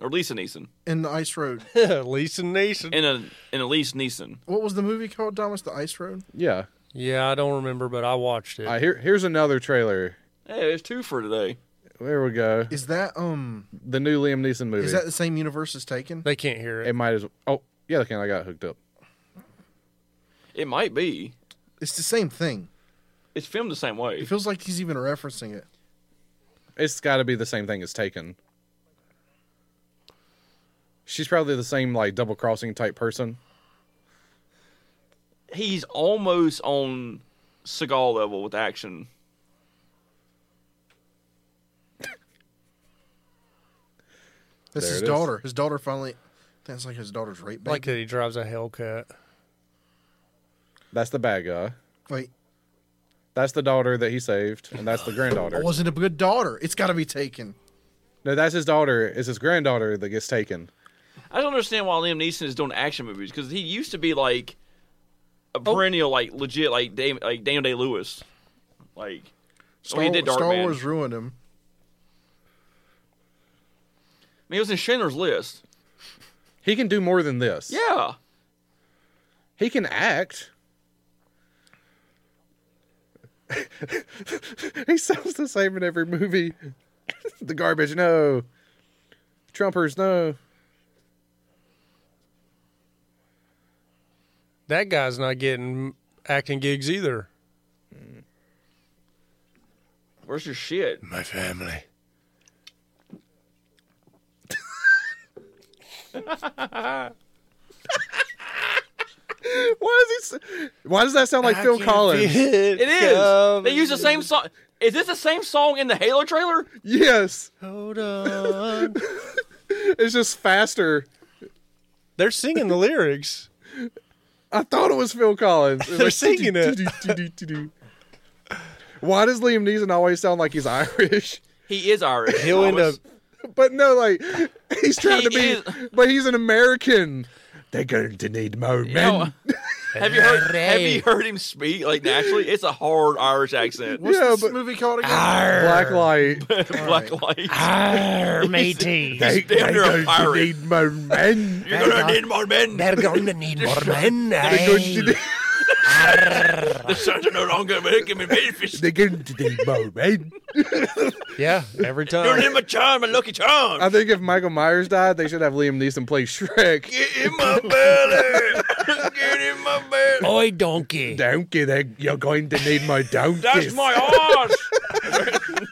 or Lisa Neeson?
In the Ice Road.
Lisa Neeson.
And a and Elise Neeson.
What was the movie called, Thomas? The Ice Road?
Yeah.
Yeah, I don't remember, but I watched it.
Uh, here, here's another trailer.
Hey, there's two for today.
There we go.
Is that um
The new Liam Neeson movie.
is that the same universe as Taken?
they can't hear
It
it.
might as well. Oh, yeah, the can I got hooked up.
It might be.
It's the same thing.
It's filmed the same way.
It feels like he's even referencing it.
It's got to be the same thing as Taken. She's probably the same like double crossing type person.
He's almost on Seagal level with action.
That's
There
his
it is.
daughter. His daughter finally that's like his daughter's rape
Like
baby.
that he drives a Hellcat.
That's the bad guy.
Wait.
That's the daughter that he saved, and that's the
I
granddaughter.
wasn't a good daughter. It's got to be taken.
No, that's his daughter. It's his granddaughter that gets taken.
I don't understand why Liam Neeson is doing action movies because he used to be like a perennial, like legit, like Dam- like Daniel Day Lewis. Like,
Star,
he did
Star
Darkman.
Wars ruined him.
I mean, he was in Schindler's List.
He can do more than this.
Yeah,
He can act. he sounds the same in every movie. the garbage, no. Trumpers, no.
That guy's not getting acting gigs either.
where's your shit?
My family.
Why does he? s- Why does that sound like Phil Collins?
It is.
Um,
they use the same song. Is this the same song in the Halo trailer?
Yes,
Hold on.
it's just faster.
They're singing the lyrics.
I thought it was Phil Collins.
They're singing it.
it. Why does Liam Neeson always sound like he's Irish?
He is Irish.
He'll end up.
Thomas.
But no, like he's trying to be,
He
but he's an American. They're going to need more
You
men.
know, have you heard? Have you heard him speak? Like naturally, it's a hard Irish accent.
What's
Yeah,
this
but-
movie called again?
Blacklight.
Black light.
Arr, matey.
they
damn
they
near a
going to
pirate.
need more men.
You're gonna need more men.
They're going to need more men.
They're going
aye.
to need,
The sons are no longer making me benefits.
they're going to need more men.
Yeah, every
You're
time.
in my charm, my lucky charm.
I think if Michael Myers died, they should have Liam Neeson play Shrek.
Get in my belly. Get in my belly.
Oi, donkey.
Donkey, they- you're going to need my donkey.
That's my arse.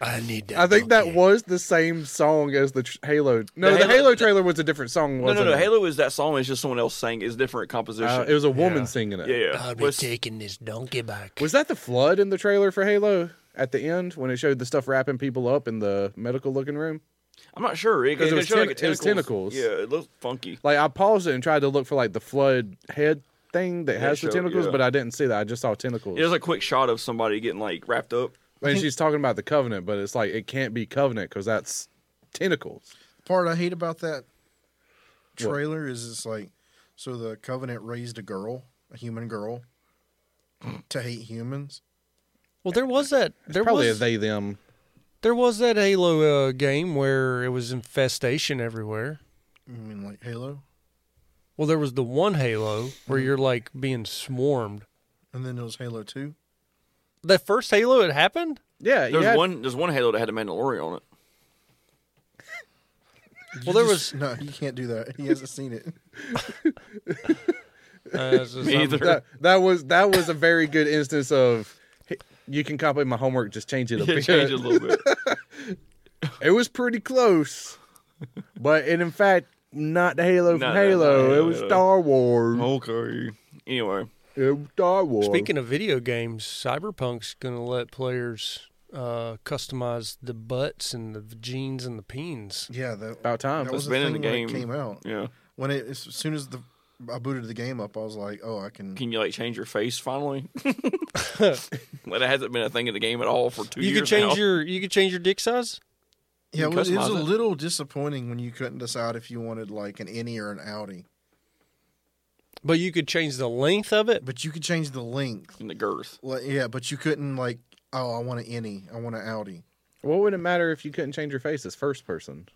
I need that.
I think that
donkey.
was the same song as the tr- Halo. No,
The
the,
Halo-
Halo, trailer was a different song.
No,
Wasn't
no, no.
it?
Halo is that song. It's just someone else saying. It's different composition.
Uh, it was a woman singing it.
yeah, yeah.
I'll be
Was-
taking this donkey back.
Was that the flood in the trailer for Halo at the end when it showed the stuff wrapping people up in the medical looking room?
I'm not sure because
it was
showed, like,
tentac- it was tentacles.
Yeah, it looked funky.
Like I paused it and tried to look for like the flood head thing that has the
showed-
tentacles,
yeah.
but I didn't see that. I just saw tentacles.
It was a quick shot of somebody getting like wrapped up.
and she's talking about the covenant, but it's like it can't be covenant because that's tentacles.
part I hate about that trailer is it's like so the Covenant raised a girl, a human girl, to hate humans.
Well, there was that. There
Probably
was
a they them.
there was that Halo uh, game where it was infestation everywhere.
I mean, like Halo,
Well, there was the one Halo where you're like being swarmed.
and then there was Halo Two.
The first Halo, it happened.
Yeah, you
There's
had-
one. There's one Halo that had a Mandalorian on it.
Well, there
Just- no, he can't do that. He hasn't seen it.
was uh, it's just
Me
something-
either.
That, that was that was a very good instance of. "Hey, You can copy my homework. Just change it a
It
bit.
changed a little bit.
It was pretty close, but it in fact not the Halo from
No, no, not
Halo.
Halo, Oh.
It was
yeah.
Star Wars.
okay. Anyway,
It was Star Wars.
Speaking of video games, Cyberpunk's going to let players uh, customize the butts and the jeans and the peens.
Yeah, that,
about time.
that was
it's
the
been
thing
in the
when it
game.
came out.
yeah.
When it as soon as the I booted the game up, I was like, oh, I can.
Can you like change your face finally? like that hasn't been a thing in the game at all for two
You
years.
could change
now.
your you could change your dick size.
yeah,
can
it was, it was a
customize it.
little disappointing when you couldn't decide if you wanted like an innie or an outie,
But you could change the length of it.
but you could change the length.
in the girth.
Like, yeah, but you couldn't like, oh, I want an innie, I want an outie.
what would it matter if you couldn't change your face as first person?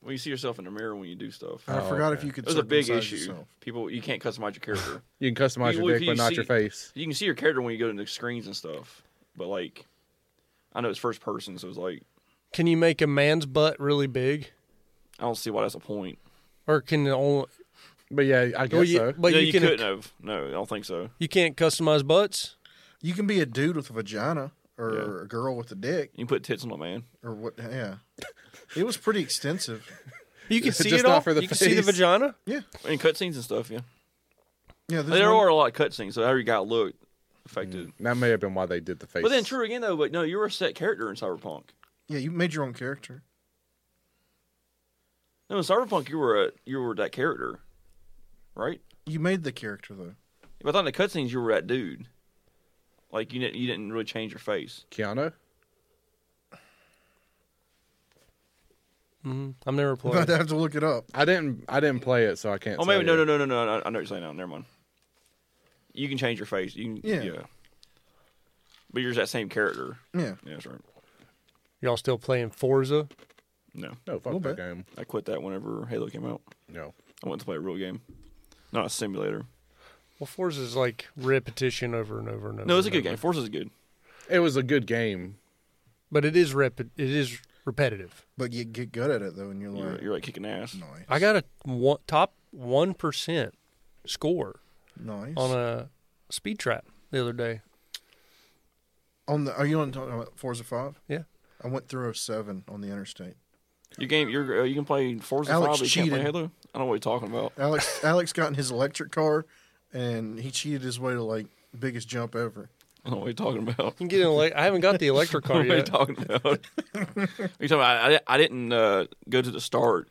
Well, you see yourself in the mirror when you do stuff.
I forgot if you could.
It was a big
circumcise
issue.
yourself.
People, you can't customize your character.
You can customize
Well,
your
if
dick,
you
but not
see-
your face.
you can see your character when you go to the screens and stuff. But like, I know it's first person, so it's like
Can you make a man's butt really big,
I don't see why that's a point.
or can it only?
But yeah, I guess
Well, you,
so.
But
no,
you,
you
can
couldn't have. No, I don't think so.
you can't customize butts.
You can be a dude with a vagina or
Yeah.
a girl with a dick
You can put tits on a man.
or what? Yeah, it was pretty extensive.
You can see
Just
it all.
not for the
you can see the
face.
vagina.
Yeah,
I mean, cutscenes and stuff. Yeah,
yeah. There's
there
one- Mm.
are a lot of cutscenes, so every guy looked affected.
that may have been why they did the face.
But then, true again though. But no, you were a set character in Cyberpunk.
Yeah, you made your own character.
No, in Cyberpunk, you were a you were that character, right?
You made the character though.
But I thought in the cutscenes you were that dude. Like you didn't you didn't really change your face.
Keanu?
I've Mm-hmm. never
I'm about
played.
to have to look it up.
I didn't. I didn't play it, so I can't.
oh, maybe
say
no,
it.
no, no, no, no, no. I know what you're saying now. Never mind. You can change your face. You can,
Yeah.
yeah. But you're just that same character.
Yeah.
Yeah, that's right.
Y'all still playing Forza?
No,
No, fuck
Little
that game.
I quit that whenever Halo came out.
No.
I went to play a real game, not a simulator.
Well, Forza's like repetition over and over and over.
No, it's a
and
good game.
over.
Forza's good.
It was a good game.
but it is rep- it is repetitive.
But you get good at it though, and you're
You're,
like,
you're like kicking ass.
nice,
I got a one, top one percent score
nice.
on a speed trap the other day.
On the are you on talking about Forza Five?
Yeah,
I went through 07 on the interstate.
Your game, you're, uh, you can play Forza 5,
Alex
but you can't play
cheated.
Halo? I don't know what you're talking about.
Alex Alex got in his electric car, and he cheated his way to like biggest jump ever.
I don't know what you're talking about.
you can get an elec- I haven't got the electric car
What are you
yet.
talking about? Are you talking about? I, I didn't uh, go to the start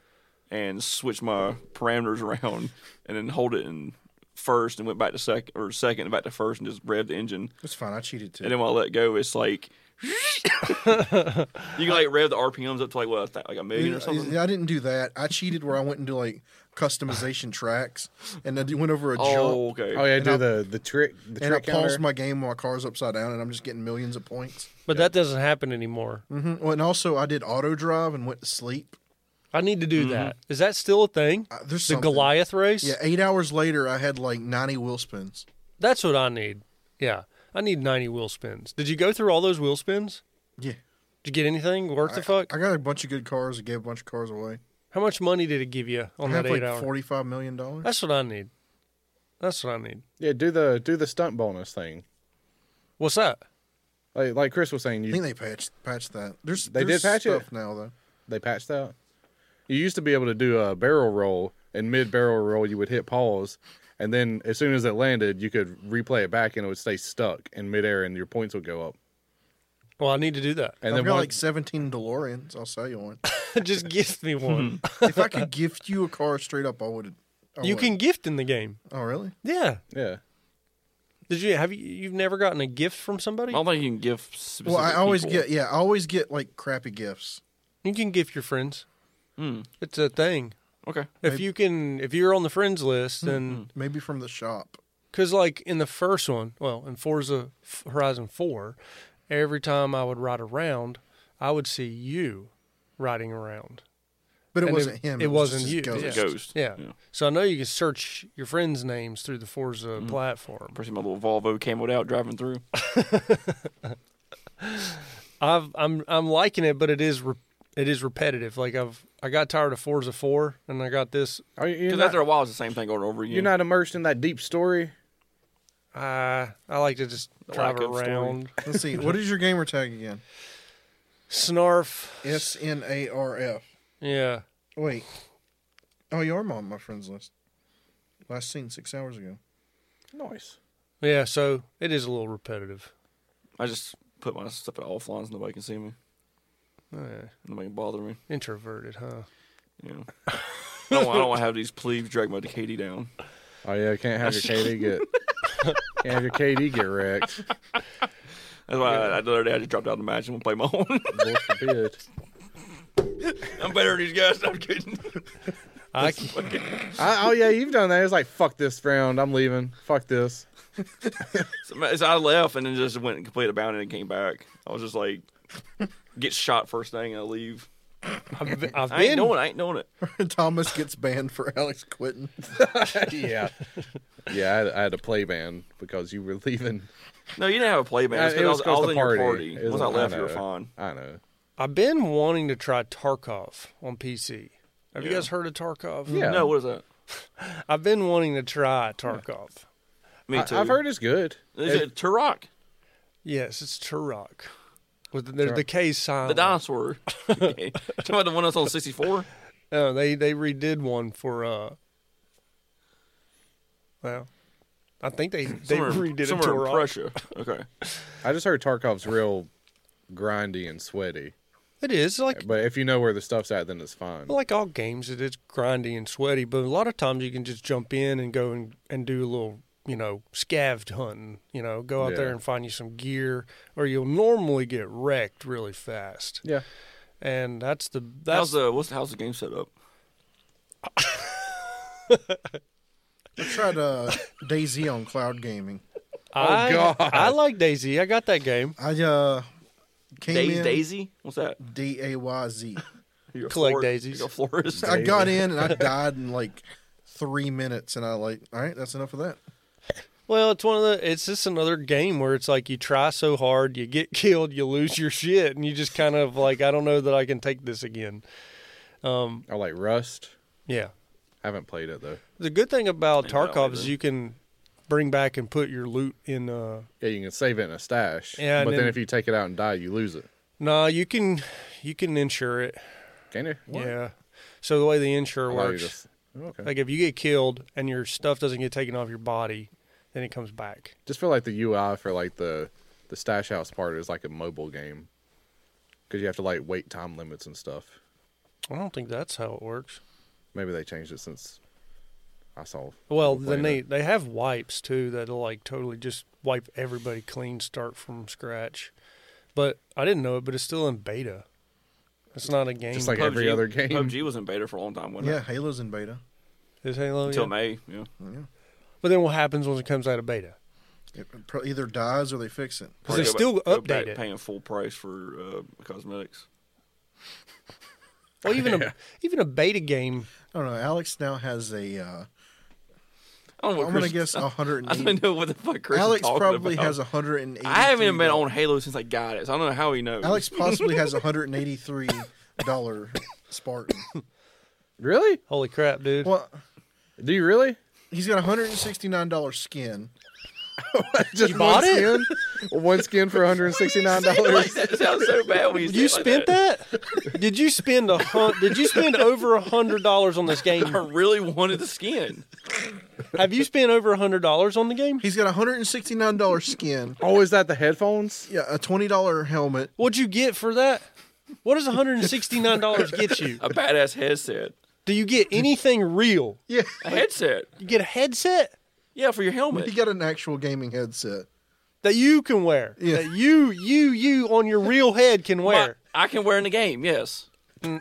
and switch my parameters around, and then hold it in first, and went back to second or second and back to first, and just revved the engine.
That's fine. I cheated too.
And then when I let go, it's like you can like rev the RPMs up to like what like a million or something.
Yeah, I didn't do that. I cheated where I went into like customization tracks, and I went over a
Oh,
jump,
okay.
Oh yeah,
And
do
I-
the the trick. The
and I
trick counter.
paused my game while my car's upside down, and I'm just getting millions of points.
But that doesn't happen anymore.
hmm Well, and also I did auto drive and went to sleep.
I need to do that. Is that still a thing?
Uh, there's
the
something.
Goliath race?
Yeah, eight hours later, I had like 90 wheel spins.
That's what I need. Yeah. I need 90 wheel spins. Did you go through all those wheel spins?
Yeah,
Did you get anything? Worth the fuck?
I got a bunch of good cars. I gave a bunch of cars away.
How much money did it give you
I
on
have
that
like
eight hour?
45 million dollars.
That's what I need. That's what I need.
Yeah, do the do the stunt bonus thing.
What's that?
Like like Chris was saying,
I
you
think they patched patched that. There's
They
there's
did patch it?
stuff now though.
they patched out. You used to be able to do a barrel roll, and mid barrel roll, you would hit pause, and then as soon as it landed, you could replay it back, and it would stay stuck in midair, and your points would go up.
Well, I need to do that.
And
I've
then
got
one,
like 17 DeLoreans. I'll sell you one.
Just gift me one.
if I could gift you a car straight up, I would. I
you
would.
can gift in the game.
Oh really?
Yeah.
yeah,
Did you have you you've never gotten a gift from
I
somebody?
don't think you can give. Specific
Well, I always
people.
get yeah, I always get like crappy gifts.
You can gift your friends.
Hmm.
It's a thing.
okay.
If you can if you're on the friends list then
Maybe from the shop.
Because, like, in the first one, well, in Forza F- Horizon 4, every time I would ride around, I would see you riding around.
But it
And
wasn't him.
It,
was
wasn't
just
you.
his
yeah.
ghost.
Ghost.
Yeah.
Yeah.
So I know you can search your friends' names through the Forza platform.
Person, my little Volvo camoed out driving through.
I've, I'm I'm liking it, but it is re- it is repetitive. Like I've I got tired of Forza 4, and I got this.
Are you- you're
Because
not,
after a while, it's the same thing going over again.
you're not immersed in that deep story.
Uh, I like to just drive
lack of story.
around,
Let's see. What is your gamer tag again?
snarf.
S N A R F.
Yeah.
Wait. Oh, you are on my friends list. Last seen six hours ago.
Nice.
Yeah. So it is a little repetitive.
I just put my stuff at all flying so nobody can see me.
Oh,
Eh,
Nobody can bother me.
introverted, huh?
You know. I don't, want- I don't want to have these plebes drag my Katie down.
Oh yeah, can't have your KD get can't have your KD get wrecked.
That's why I, I, the other day I just dropped out of the match and went play my own.
Lord forbid.
I'm better than these guys. I'm kidding.
I c-
I, oh yeah, you've done that. It's like fuck this round. I'm leaving. Fuck this.
So, so I left and then just went and completed a bounty and came back. I was just like, get shot first thing and I leave.
I've been, I've
I ain't
been,
doing. it. I ain't doing it.
Thomas gets banned for Alex quitting.
yeah. Yeah, I had, I had a play ban because you were leaving.
No, you didn't have a play
Uh,
man. It's 'cause
it
I
was
was, I
'cause
was
the
in your
party.
party.
It was
Once I
like, I
left, you were
know.
fine.
I know.
I've been wanting to try Tarkov on PC. Have you
Yeah.
guys heard of Tarkov?
Yeah.
No, what is that?
I've been wanting to try Tarkov.
Me too.
I, have heard it's good.
Is it Turok?
Yes, it's Turok. With the, there's the K sign.
The dinosaur. Talking about the one that's on 64?
Uh, they they redid one for uh. Well, I think they they
Somewhere-
redid a
somewhere
Turok.
in Prussia. Okay.
I just heard Tarkov's real grindy and sweaty.
It is like
But if you know where the stuff's at, then it's fine.
like all games. It is grindy and sweaty, but a lot of times you can just jump in and go and, and do a little you know, scavved hunting. You know, go out
Yeah.
there and find you some gear, or you'll normally get wrecked really fast.
Yeah.
And that's the that's
How's the what's the, how's the game set up?
I tried uh, DayZ on cloud gaming.
I,
God.
I like Daisy. I got that game.
I uh, came
Daisy,
in
Daisy, what's that?
D A Y Z.
You're a
Collect
flor-
daisies.
You're a florist.
I got in and I died in like three minutes, and I like, all right, that's enough of that.
Well, it's one of the. It's just another game where it's like you try so hard, you get killed, you lose your shit, and you just kind of like, I don't know that I can take this again.
I like Rust.
Yeah.
Haven't played it though.
The good thing about
Ain't that
Tarkov
way,
is
though.
you can bring back and put your loot in. Uh,
Yeah, you can save it in a stash.
Yeah, and
but then,
then-
if you take it out and die, you lose it.
nah, you can, you can insure it.
Can you?
Yeah. So the way the insure
I thought you
works,
just- okay.
like if you get killed and your stuff doesn't get taken off your body, then it comes back.
just feel like the UI for like the the stash house part is like a mobile game because you have to like wait time limits and stuff.
I don't think that's how it works.
Maybe they changed it since I saw.
Well,
people
then they,
playing
they have wipes too that'll like totally just wipe everybody clean, start from scratch. But I didn't know it, but it's still in beta. It's not a game.
Just like every other game.
PUBG was in beta for a long time, wasn't
Yeah,
it?
Halo's in beta.
Is Halo
Until
yet?
May. Yeah.
But then what happens when it comes out of beta?
It pro- either dies or they fix it.
Because they're still
Go back
updated.
paying full price for uh, cosmetics.
Well, even a even a beta game.
I don't know. Alex now has a. Uh,
I don't know what
I'm gonna
Chris-
guess
I
180.
don't know what the fuck Chris is
Alex
talking
probably
about.
has 180.
I haven't even been on Halo since I got it, so I don't know how he knows.
Alex possibly has a 183 dollar Spartan.
Really?
Holy crap, dude!
Well,
Do you really?
he's got a 169 dollar skin.
just
You bought
one
it?
Skin, one skin for one hundred and sixty nine dollars.
that sounds so bad when you, say
you
it like
spent that? did you spend a hun- Did you spend over a hundred dollars on this
I
game?
really wanted the skin.
Have you spent over a hundred dollars on the game?
He's got a 169 dollar skin.
Oh, is that the headphones?
Yeah, a 20 dollar helmet.
What'd you get for that? What does one hundred and sixty nine dollars get you?
A badass headset.
Do you get anything real?
A headset.
You get a headset
Yeah, for your helmet.
He got an actual gaming headset.
that you can wear.
Yeah.
That you, you, you on your real head can
My-
wear.
I can wear in the game, yes. While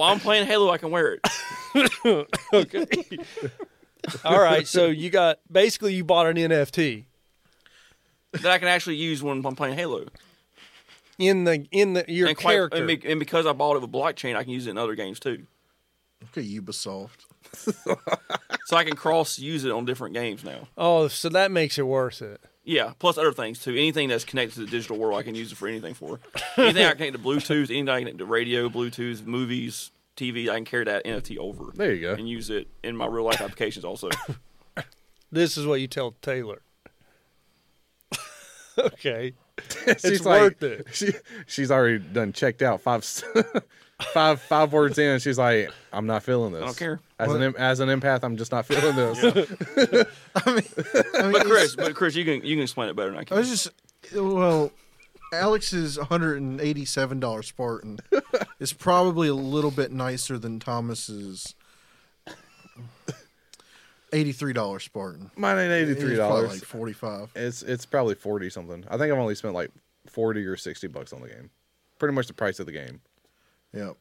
I'm playing Halo, I can wear it.
All right, so you got basically you bought an NFT
That I can actually use when I'm playing Halo.
in the in the your
and, quite,
character.
and, be, and because I bought it with blockchain, I can use it in other games too.
Okay, Ubisoft.
So I can cross use it on different games now.
oh, so that makes it worth it.
Yeah, plus other things too. Anything that's connected to the digital world, I can use it for anything for. Anything I connect to Bluetooth, anything I connect to radio, Bluetooth, movies, TV, I can carry that NFT over.
There you go.
And use it in my real life applications also.
This is what you tell Taylor. okay.
she's
worth
like,
it.
She, she's already done checked out five, s- five, five words in. and She's like, I'm not feeling this. I
don't care.
As an em- as an empath, I'm just not feeling this.
I mean,
But Chris, but Chris, you can you can explain it better than I
I
can.
was just well, Alex's 187 dollar Spartan is probably a little bit nicer than Thomas's 83 dollar Spartan.
Mine ain't eighty three
It's probably
dollars.
like 45.
It's it's probably forty something. I think I've only spent like forty or sixty bucks on the game. Pretty much the price of the game.
Yeah.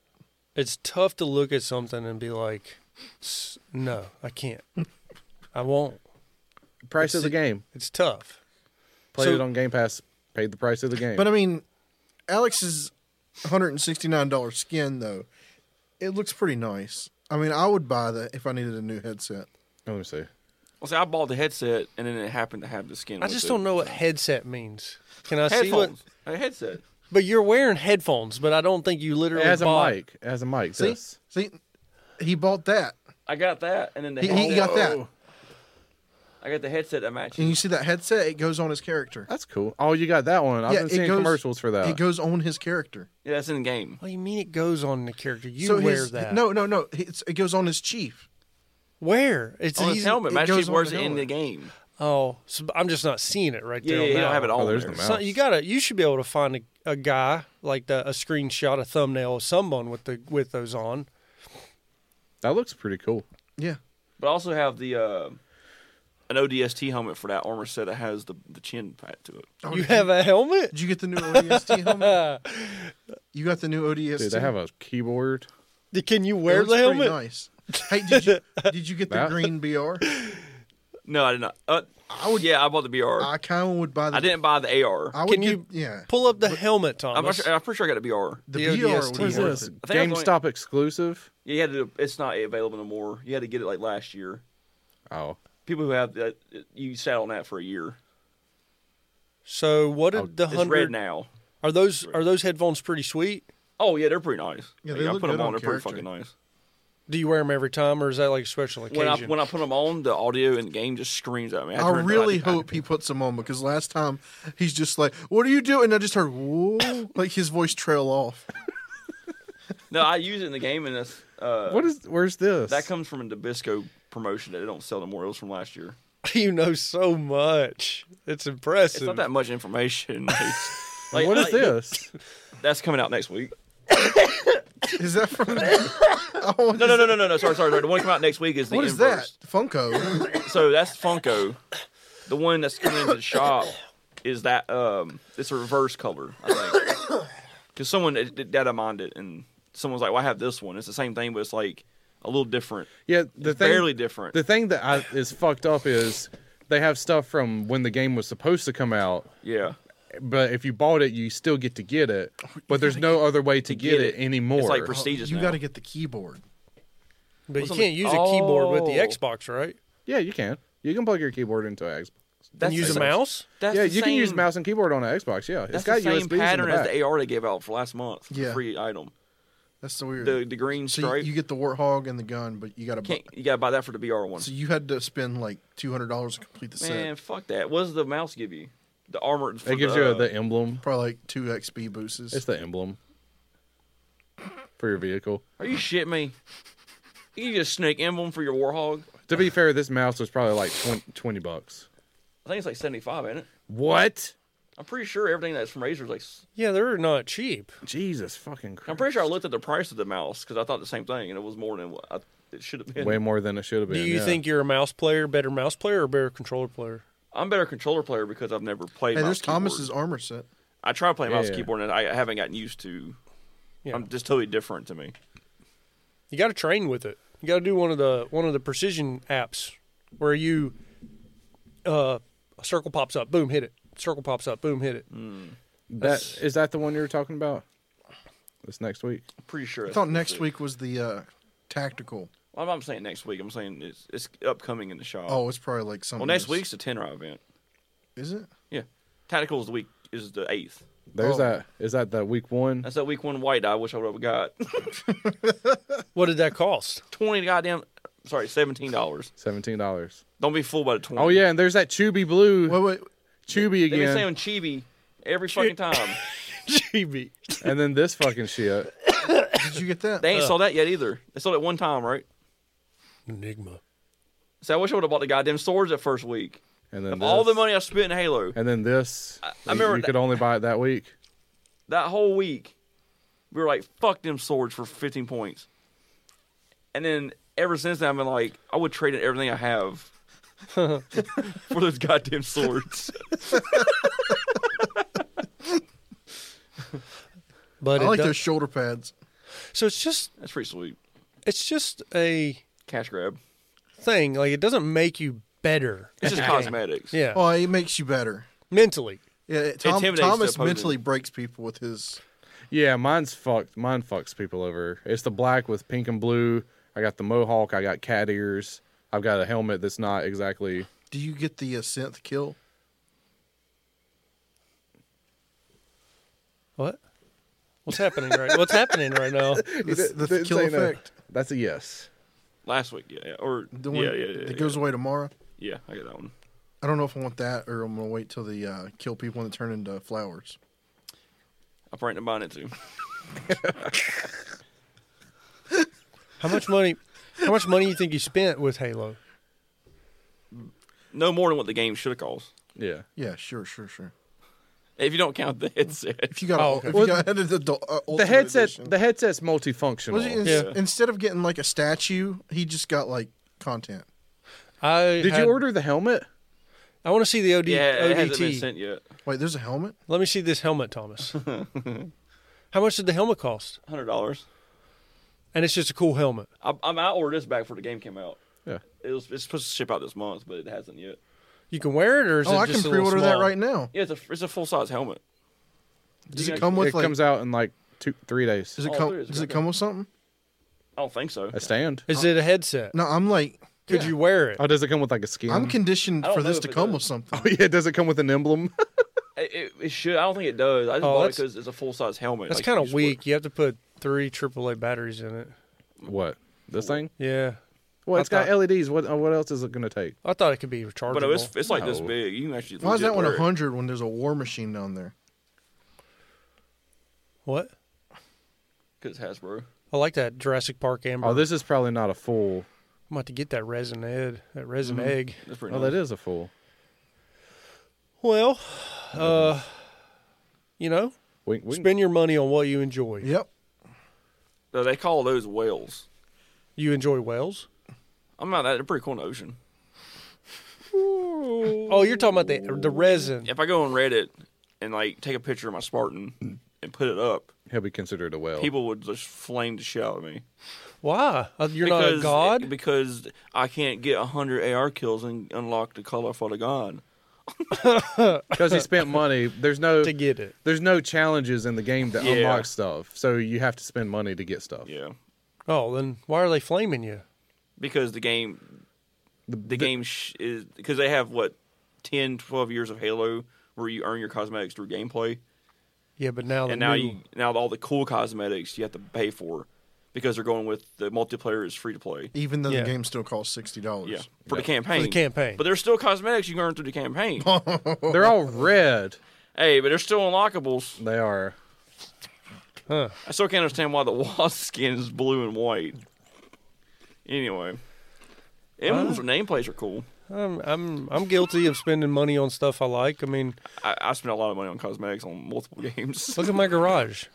It's tough to look at something and be like, "S- no, I can't. I won't.
Price of the game.
It's tough.
Played
So-
it on Game Pass. Paid the price of the game.
But I mean, Alex's 169 dollar skin though, it looks pretty nice. I mean, I would buy that if I needed a new headset.
Let me see.
Well, see, I bought the headset and then it happened to have the skin.
I
with
just
it.
don't know what headset means. Can I see what?
Headphones. A headset.
But you're wearing headphones, but I don't think you
It
literally
has a
bought-
mic. It has a mic.
See,
This.
see, he bought that.
I got that, and then the
He,
headset.
he got that.
I got the headset that matches.
And you see that headset? It goes on his character.
That's cool. Oh, you got that one. I've been seeing commercials for that.
It goes on his character.
Yeah, that's in the game.
What do you mean it goes on the character? You
so
wear
his,
that.
No, no, no. It's, it goes on his chief.
Where? It's
on his
easy-
helmet,
it
Master
goes
Chief
on
wears
the
it in
helmet.
the game.
Oh, so I'm just not seeing it right
Yeah,
there.
yeah,
on
you
that
don't have it all.
Oh, there's
there.
the mouse.
So you gotta, you should be able to find a, a guy like the, a screenshot, a thumbnail of someone with the with those on.
that looks pretty cool.
Yeah.
But I also have the uh, an ODST helmet for that armor set that has the the chin pat to it.
Oh,
You
did
have a helmet?
Did you get the new ODST helmet? You got the new ODST.
Dude, they have a keyboard.
Can you
It
wear
looks
the
pretty
helmet?
Nice. Hey, did you did you get the
That-
green BR?
No, I did not. Uh, I would. Yeah, I bought the BR.
I
I,
kind of would buy the.
didn't buy the AR.
I
I,
would
Can
get-
you
Yeah.
pull up the helmet, Thomas?
am not sure, uh, I'm pretty sure I got a BR.
The,
the
BR
ODST
would be
helmet.
worth it.
I think I was
GameStop exclusive.
You had to. It's not available anymore. You had to get it like last year.
Oh,
People who have that, you sat on that for a year.
So what did the
It's red
hundred?
now.
Are those are those headphones pretty sweet?
Oh yeah, they're pretty nice.
Yeah,
Like,
they
I
look
put
good
them on.
on
They're
character.
pretty fucking nice.
Do you wear them every time, or is that like a special occasion?
When I when I put them on, the audio in the game just screams at me.
I
turned-
really
I- I-
hope he puts them on because last time he's just like, "What are you doing?" And I just heard, "Whoa!" like his voice trail off.
no, I use it in the game, and it's, uh,
what is? Where's this?
that comes from a Nabisco promotion that they don't sell anymore. It was from last year.
you know so much.
It's
It's impressive.
not that much information. Like, like-
what is
like,
this?
That's coming out next week.
Is that from? oh,
No, no, no, no, no, no. Sorry, sorry, sorry. The one coming out next week is the
What is that?
inverse.
Funko.
So that's Funko. The one that's coming into the shop is that um, it's a reverse color. I think because someone it- it- data mined it, and someone's like, "Well, I have this one. It's the same thing, but it's like a little different."
Yeah, the
It's
thing,
barely different.
The thing that I, is fucked up is they have stuff from when the game was supposed to come out,
Yeah,
but if you bought it, you still get to get it.
Oh,
But there's no other way to get, it, anymore.
It's like prestigious.
you
now.
got to get the keyboard.
but you
What's on
can't
the-
use a keyboard with the
Oh.
Xbox, right?
yeah, you can. You can plug your keyboard into an Xbox.
That's
and use
the
a
same-
mouse.
That's
yeah,
the
you can use
same-
mouse and keyboard on an Xbox. Yeah,
That's
it's got
the same
USBs in
pattern
the
as
back.
the AR they gave out for last month.
Yeah.
Yeah, free item.
That's the weird.
The the green
so you,
stripe.
you
You,
get the warthog and the gun, but you got to.
can't. You gotta buy that for the BR one.
So you had to spend like two hundred dollars to complete the
Man,
set.
fuck that. What does the mouse give you? The armor. for
It gives
the,
you
uh,
the emblem.
Probably like two XP boosts.
It's the emblem for your vehicle.
Are you shitting me? You just snake emblem for your warhog.
To be fair, this mouse was probably like 20, 20 bucks.
I think it's like seventy five, ain't it?
What?
I'm pretty sure everything that's from Razer is like. s-
Yeah, they're not cheap.
Jesus fucking Christ!
I'm pretty sure I looked at the price of the mouse because I thought the same thing, and it was more than what I, it should have been.
way more than it should have
Do
been.
you
yeah.
think you're a mouse player, better mouse player, or better controller player?
I'm a better controller player because I've never played.
hey,
mouse
there's
keyboard.
Thomas's armor set.
I try playing mouse
Yeah.
keyboard, and I haven't gotten used to.
Yeah.
I'm just totally different to me.
You got to train with it. You got to do one of the one of the precision apps where you uh a circle pops up, boom, hit it. Circle pops up, boom, hit it.
that is that the one you were talking about? This next week.
I'm pretty sure.
I thought next week was the uh, tactical.
Well, I'm not saying next week. I'm saying it's it's upcoming in the shop.
Oh, it's probably like something.
well, next
else.
week's the ten event.
is it?
Yeah, tactical is the week is the eighth.
There's
Oh.
that. Is that the week one?
That's that week one white. I wish I would have got
What did that cost?
twenty goddamn. Sorry, seventeen dollars.
Seventeen dollars.
Don't be fooled by the twenty.
Oh yeah, and there's that Chubby Blue
Wait, wait.
Chubby
They've been saying chibi
again,
every fucking time.
GB.
and then this fucking shit.
Did you get that?
They ain't sold that yet either. They sold it one time, right?
Enigma.
So I wish I would have bought the goddamn swords that first week.
And then
Of all the
this,
money I spent in Halo,
And then this. I,
I remember
you
that-
could only buy it that week.
that whole week, we were like, "Fuck them swords for 15 points." And then ever since then, I've been like, I would trade in everything I have for those goddamn swords.
But
I
it
like
does-
those shoulder pads.
so it's just
That's pretty sweet.
it's just a
Cash grab.
thing. Like it doesn't make you better.
It's just cosmetics.
Yeah.
Oh, it makes you better.
Mentally.
Yeah, it- Tom,
Intimidates
Thomas
the opponent.
mentally breaks people with his.
Yeah, mine's fucked. Mine fucks people over. It's the black with pink and blue. I got the mohawk. I got cat ears. I've got a helmet that's not exactly.
Do you get the uh, synth kill?
What? What's happening right? What's happening right now?
The, the
Didn't
kill
say no.
effect.
That's a yes.
Last week, yeah, yeah. or
The one
yeah, yeah, yeah,
that
yeah.
goes away tomorrow.
yeah, I get that one.
I don't know if I want that or I'm gonna wait till the uh, kill people and turn into flowers.
I'm planning to buy it too.
How much money? How much money you think you spent with Halo?
No more than what the game should have cost.
Yeah.
Yeah, sure, sure, sure.
If you don't count the headset,
If you got,
Oh,
oh,
okay.
if
Well,
you got an adult, uh,
The
ultimate
headset. Oh,
edition.
The headset's multifunctional.
Was it, ins-
Yeah.
instead of getting like a statue, he just got like content.
I
Did
had-
you order the helmet?
I want to see the OD,
Yeah, it hasn't been
ODT.
sent yet.
Wait, there's a helmet?
Let me see this helmet, Thomas. How much did the helmet cost?
Hundred dollars.
And it's just a cool helmet.
I, I'm I ordered this back before the game came out.
Yeah.
It was it's supposed to ship out this month, but it hasn't yet.
You can wear it, or is
Oh,
it
I
just
can
a little
pre-order that
small?
right now.
Yeah, it's a it's a full size helmet.
Does
Yeah,
it come with
it
like?
comes out in like two, three days.
does it
all
come?
there is
does
right
it come with something?
I don't think so.
A stand?
Is it a headset?
No, I'm like,
Could you wear it?
Oh, does it come with like a skin?
I'm conditioned
I don't
for this
know
to
if it
come
does.
with something.
Oh, yeah, does it come with an emblem?
It, it, it should. I don't think it does. I just
Oh,
bought it
that's-
because it's a full size helmet.
That's
Like,
kind
you
of
just
weak.
wear-
You have to put three AAA batteries in it.
what? This thing?
Yeah,
Well,
I
it's got
thought-
LEDs. What uh, What else is it going to take?
I thought it could be rechargeable.
But no, it's it's like this
No.
big. You can actually.
Why is
legit
that one
wear it.
100 when there's a war machine down there?
what?
'Cause it's Hasbro.
I like that Jurassic Park amber.
Oh, this is probably not a full.
I'm about to get that resin egg. That resin
Mm-hmm.
egg.
That's pretty.
Oh,
nice.
that is a full.
Well, uh, you know,
Wink, wink.
spend your money on what you enjoy.
Yep.
No, they call those whales.
You enjoy whales?
I'm not that. They're pretty cool in the ocean.
Oh, you're talking about the the resin.
If I go on Reddit and like take a picture of my Spartan and put it up,
He'll be considered a whale.
people would just flame the shit out of me.
Why? Uh, You're not a god.
because I can't get hundred AR kills and unlock the color for the god.
Because he spent money. There's no
to get it.
there's no challenges in the game that
Yeah.
unlock stuff. So you have to spend money to get stuff.
Yeah,
Oh, then why are they flaming you?
because the game, the, game sh- is because they have what 10, 12 years of Halo where you earn your cosmetics through gameplay,
Yeah, but now the
and now
new-
you now all the cool cosmetics you have to pay for because they're going with the multiplayer is free to play.
Even though
Yeah.
the game still costs $60.
Yeah, for the campaign.
For the campaign.
But there's still cosmetics you can earn through the campaign.
They're all red.
hey, but they're still unlockables.
They are.
I still can't understand why the wasp skin is blue and white. Anyway, emblems and nameplates are cool.
I'm I'm I'm guilty of spending money on stuff I like. I mean,
I, I spent a lot of money on cosmetics on multiple games.
look at my garage.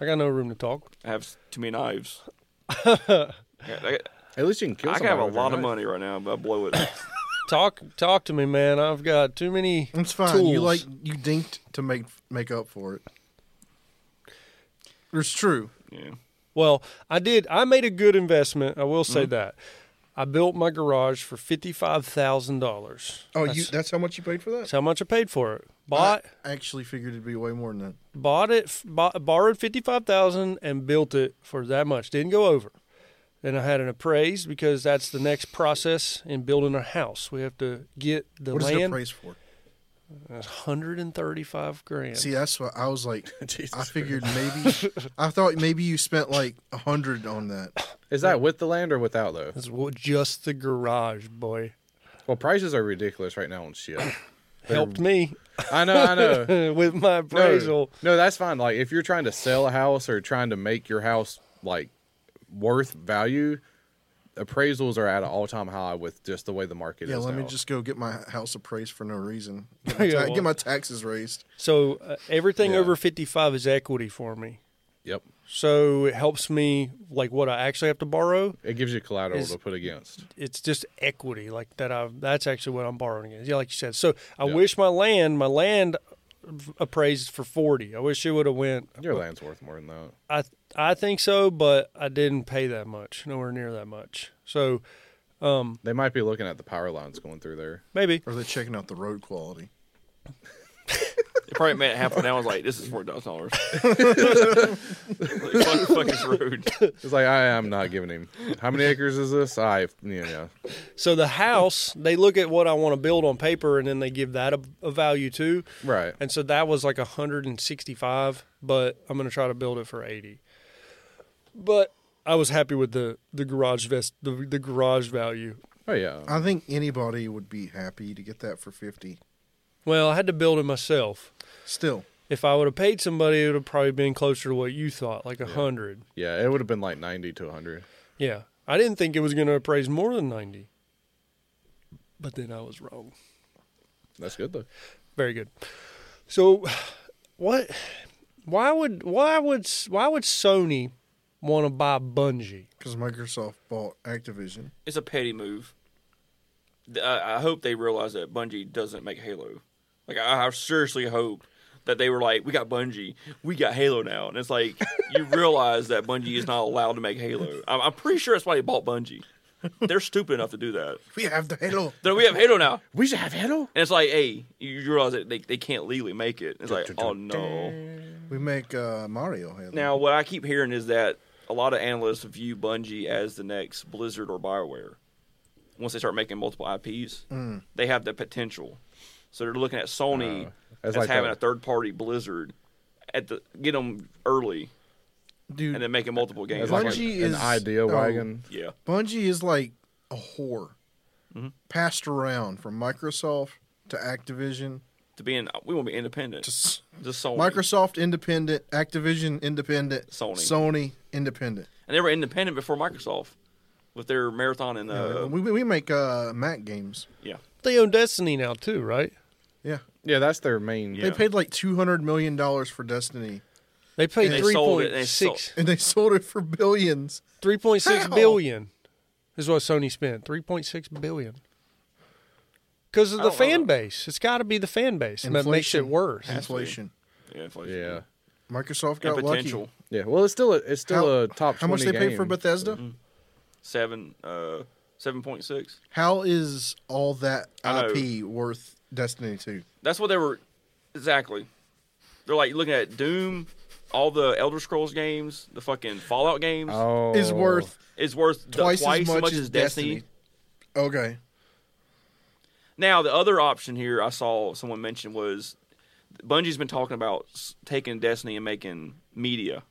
I got no room to talk.
I have too many knives. I,
At least you can
I,
kill.
I
somebody
have a
with your
lot of
knife.
money right now, but I blow it.
Talk talk to me, man. I've got too many.
It's fine.
Tools.
You like you dinked to make make up for it. It's true.
yeah.
Well, I did. I made a good investment. I will
Mm-hmm.
say that. I built my garage for fifty five thousand dollars.
Oh, you that's how much you paid for that?
That's how much I paid for it. Bought
I actually figured it'd be way more than that.
bought it f- bought, borrowed 55,000 and built it for that much didn't go over then i had an appraised because that's the next process in building a house we have to get the
What is it
land
appraised for?
That's 135 grand
See, that's what I was like. I figured maybe I thought maybe you spent like a hundred on that.
Is that with the land or without though?
that's wa- just the garage boy
Well, prices are ridiculous right now on shit.
helped me
I know. I know.
with my
No,
appraisal
no, that's fine. Like if you're trying to sell a house or trying to make your house like worth value, appraisals are at an all time high with just the way the market
Yeah,
is.
let me
now.
just go get my house appraised for no reason. Get my, ta-
well-
get my taxes raised.
so uh, everything
Yeah.
over 55 is equity for me
Yep.
so it helps me like what i actually have to borrow
It gives you collateral
Is-
to put against.
it's just equity like that i that's actually what i'm borrowing against yeah like you said so i
Yeah.
wish my land my land appraised for 40 i wish it would have went
Your land's worth more than that.
i i think so but i didn't pay that much nowhere near that much so
They might be looking at the power lines going through there.
maybe
Or they're checking out the road quality.
It probably made it happen. I was like, this is four thousand dollars. like, fuck, fuck this road.
It's like I am not giving him. How many acres is this? I yeah, yeah.
so the house they look at what i want to build on paper and then they give that a, a value too
Right.
and so that was like 165 but i'm going to try to build it for 80 but i was happy with the the garage vest the, the garage value
Oh yeah.
I think anybody would be happy to get that for fifty.
Well, I had to build it myself.
Still,
If I would have paid somebody, it would have probably been closer to what you thought, like a hundred.
Yeah, it would have been like ninety to hundred.
Yeah, I didn't think it was going to appraise more than ninety, but then I was wrong.
That's good though.
Very good. So, what? Why would why would why would Sony want to buy Bungie?
because Microsoft bought Activision.
It's a petty move. th- I, I hope they realize that Bungie doesn't make Halo. Like I, I seriously hope that they were like, we got Bungie, we got Halo now, and it's like you realize that Bungie is not allowed to make Halo. I'm, I'm pretty sure that's why they bought Bungie. They're stupid enough to do that.
We have the Halo.
Then we have Halo now,
We should have Halo.
and it's like, hey, you you realize that they they can't legally make it. It's like, oh no.
We make uh, Mario Halo.
Now, what I keep hearing is that a lot of analysts view Bungie as the next Blizzard or Bioware. Once they start making multiple IPs, they have the potential. So they're looking at Sony as,
as like
having
the-
a third party Blizzard at the get them early
dude,
and then making multiple games.
It's like
Bungie
an-
is-
an idea
oh.
wagon.
yeah,
Bungie is like a whore,
Mm-hmm.
passed around from Microsoft to Activision
to being we want to be independent.
to
Just,
S-
Sony.
Microsoft independent, Activision independent,
Sony.
Sony independent.
and they were independent before Microsoft with their marathon and uh,
we we make uh, Mac games.
yeah.
They own Destiny now too, right?
Yeah.
Yeah, that's their main.
Yeah.
They paid like two hundred million dollars for Destiny,
They paid
They
three
sold it,
point
they
six
sold-
and they sold it for billions.
three point six
How?
billion is what Sony spent. Three point six billion. Because of
I
the
don't know.
fan base. It's gotta be the fan base. And that makes it
Inflation.
worse.
Inflation.
Yeah, inflation.
Yeah.
Microsoft
And
got lucky.
potential.
Yeah. Well, it's still a, it's still a top. 20
how much they
game.
paid for Bethesda?
Mm-hmm. Seven uh seven point six.
How is all that
I know.
IP worth Destiny 2?
That's what they were exactly. They're like looking at Doom, all the Elder Scrolls games, the fucking Fallout games
Oh,
Is worth
is worth the-
twice, as much, as,
Destiny.
Destiny. Okay.
Now the other option here I saw someone mention was Bungie's been talking about s- taking Destiny and making media.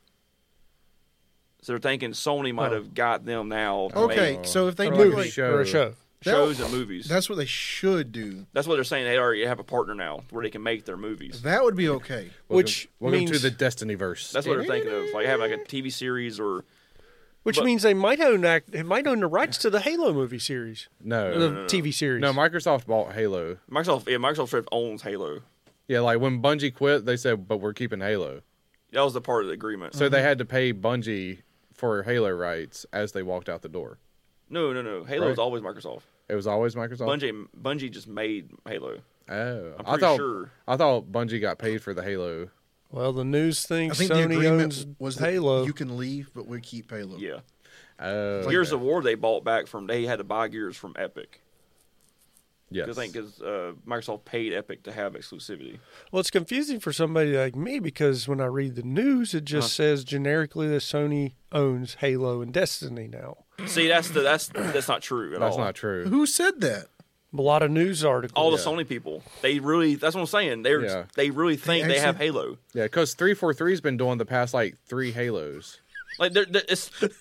So they're thinking Sony might have got them now. to
Okay,
make
so if they
Or
do
like
like,
show.
Or a show.
shows and movies. That's,
that's what they should do.
what they're saying. They already have a partner now where they can make their movies.
That would be okay.
Welcome-
Which
welcome to
means-
the Destiny verse.
That's what they're thinking of, like having like a TV series or
Which
But-
means they might own act, they might own the rights to the Halo movie series,
no,
the TV series.
no. Microsoft bought Halo.
Microsoft. Yeah, Microsoft owns Halo.
Yeah, like when Bungie quit, they said, "But we're keeping Halo."
That was the part of the agreement.
So
Mm-hmm.
they had to pay Bungie for Halo rights as they walked out the door.
no, no, no. Halo
Mm-hmm. Right. Oh.
is always Microsoft.
It was always Microsoft.
Bungie, Bungie just made Halo.
Oh,
I'm
I
pretty
thought
sure.
I thought Bungie got paid for the Halo.
well, the news thing
I think the
Sony
agreement
owns
was that
Halo.
you can leave, but we keep Halo.
Yeah,
Oh,
Gears of War they bought back from. They had to buy Gears from Epic.
yes.
Because I think 'cause, uh, Microsoft paid Epic to have exclusivity.
Well, it's confusing for somebody like me because when I read the news, it just says generically that Sony owns Halo and Destiny now.
See, that's the that's that's not true at
That's
all.
not true.
Who said that?
A lot of news articles.
All the Sony people, they really that's what I'm saying. They
Yeah.
are they really think they,
actually-
have Halo.
Yeah, because three four three's been doing the past like three Halos.
Like they're, they're, it's
thought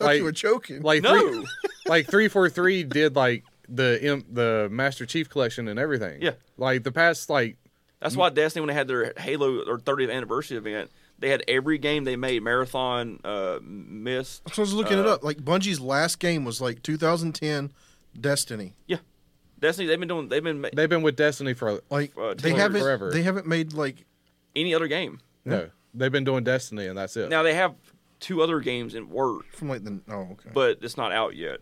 Like-
you were joking.
Like
no,
three, like three four three did like the M- the Master Chief collection and everything.
Yeah.
like the past like
That's why Destiny, when they had their Halo or 30th anniversary event, they had every game they made marathon, uh, missed.
I was looking it up. Like Bungie's last game was like 2010 Destiny.
Yeah, Destiny. They've been doing. They've been ma-
they've been with Destiny for
Like
Uh,
they
Twitter
haven't
forever.
they haven't made like
any other game.
no, they've been doing Destiny and that's it.
Now they have two other games in work,
from like the oh okay.
but it's not out yet.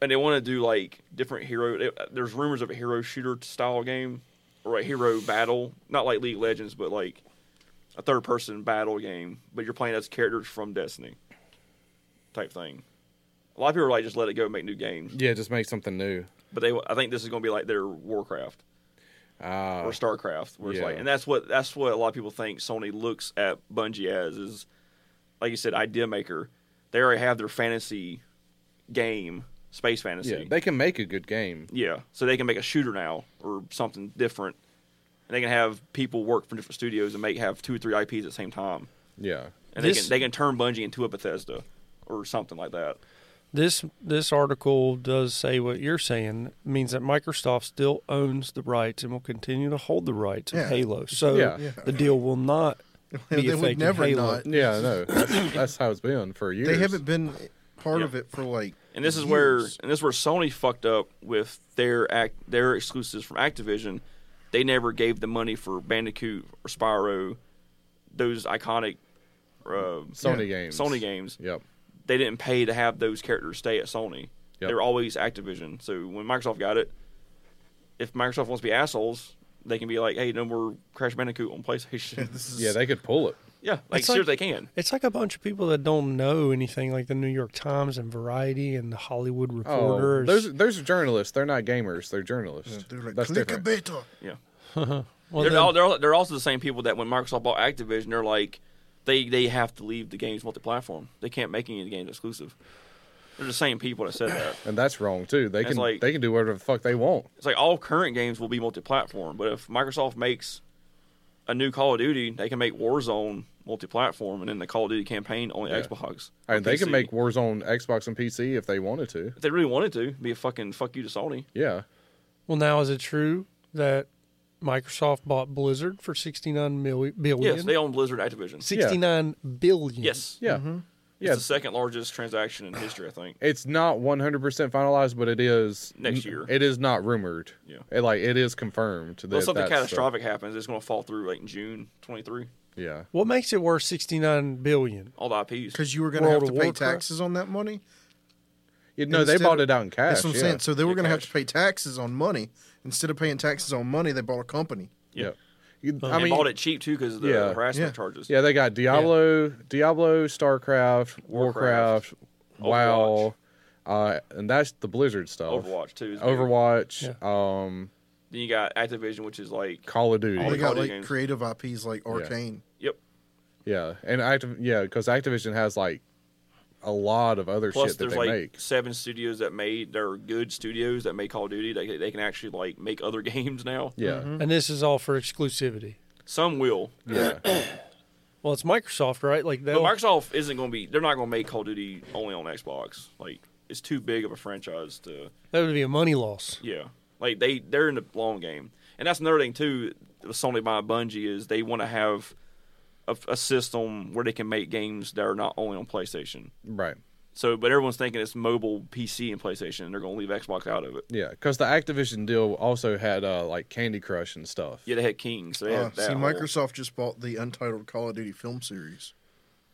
And they want to do like different hero. they- There's rumors of a hero shooter style game or a hero battle, not like League of Legends, but like a third person battle game. But you're playing as characters from Destiny, type thing. A lot of people are like, just let it go, and make new games.
yeah, just make something new.
But they, I think this is going to be like their Warcraft
Ah,
or StarCraft, where it's like,
yeah.
and that's what that's what a lot of people think Sony looks at Bungie as is, like you said, idea maker. They already have their fantasy game, space fantasy.
yeah, they can make a good game.
Yeah, so they can make a shooter now or something different, and they can have people work from different studios and make have two or three IPs at the same time,
Yeah,
and they
This-
can they can turn Bungie into a Bethesda or something like that.
This this article does say what you're saying means that Microsoft still owns the rights and will continue to hold the rights of
Yeah.
Halo. So
Yeah. Yeah.
the deal will not
They
be
would
affecting
never
Halo.
not.
yeah, no, that's, that's how it's been for years.
they haven't been part
Yeah.
of it for like
And this is where
years.
and this is where Sony fucked up with their act their exclusives from Activision. They never gave the money for Bandicoot or Spyro, those iconic uh,
Sony games.
Sony games.
Yep.
They didn't pay to have those characters stay at Sony.
Yep.
They were always Activision. So when Microsoft got it, if Microsoft wants to be assholes, they can be like, hey, no more Crash Bandicoot on PlayStation.
Yeah, they could pull it.
yeah, like
It's like-
sure they can.
It's like a bunch of people that don't know anything, like the New York Times and Variety and the Hollywood
Oh,
Reporters.
those those are journalists. They're not gamers. They're journalists.
They're like,
That's
click
different.
a beta.
Yeah.
well,
they're,
then-
all, they're, all- they're also the same people that when Microsoft bought Activision, they're like, they, they have to leave the games multi-platform. They can't make any of the games exclusive. They're the same people that said that.
and that's wrong too. They
It's
can
like-
they can do whatever the fuck they want.
It's like all current games will be multi-platform, but if Microsoft makes a new Call of Duty, they can make Warzone multi-platform, and then the Call of Duty campaign only Xbox. or
And they can
PC.
make Warzone Xbox and PC if they wanted to.
if they really wanted to be a fucking fuck you to Sony.
Yeah,
well, now is it true that Microsoft bought Blizzard for sixty nine million?
Yes, they own Blizzard Activision.
sixty nine billion.
yes,
yeah.
Mm-hmm.
it's the second largest transaction in history, I think.
It's not one hundred percent finalized, but it is
Next year.
It is not rumored.
Yeah.
It, like it is confirmed. That
Unless something
that's the-
catastrophic happens, it's going to fall through like in June 23.
yeah,
What makes it worth sixty nine billion?
All the IPs.
Because you were going to
World
have to
of
pay
Warcraft?
taxes on that money.
You- no, they
Instead
bought
of-
it out in cash.
That's what I'm
yeah.
saying. So they were going to have
cash.
to pay taxes on money. Instead of paying taxes on money, they bought a company.
yeah.
Yeah.
You- I
I
mean,
bought it cheap too because of the
Yeah.
harassment
Yeah.
charges.
yeah, they got Diablo, Diablo, StarCraft, Warcraft,
Warcraft,
WoW, uh, and that's the Blizzard stuff.
Overwatch too. is big.
Overwatch, um,
Then you got Activision, which is like,
Call of Duty.
All
They
the Call
got
of
like
Duty games.
creative IPs like Arcane.
yep.
Yeah, and Activ- yeah, because Activision has like a lot of other
Plus,
shit that
there's
they
like
make.
seven studios that made they're good studios that make Call of Duty. They they can actually like make other games now.
Yeah,
And this is all for exclusivity.
Some will.
yeah,
Well, it's Microsoft, right? Like that.
But Microsoft isn't going to be. They're not going to make Call of Duty only on Xbox. Like it's too big of a franchise to.
that would be a money loss.
Yeah. Like they they're in the long game, and that's another thing too. with Sony by Bungie is they want to have a, a system where they can make games that are not only on PlayStation.
right.
So, but everyone's thinking it's mobile, PC, and PlayStation, and they're going to leave Xbox out of it.
Yeah, because the Activision deal also had uh, like Candy Crush and stuff.
Yeah, they had King, so they
Uh,
had that
see,
whole-
Microsoft just bought the untitled Call of Duty film series.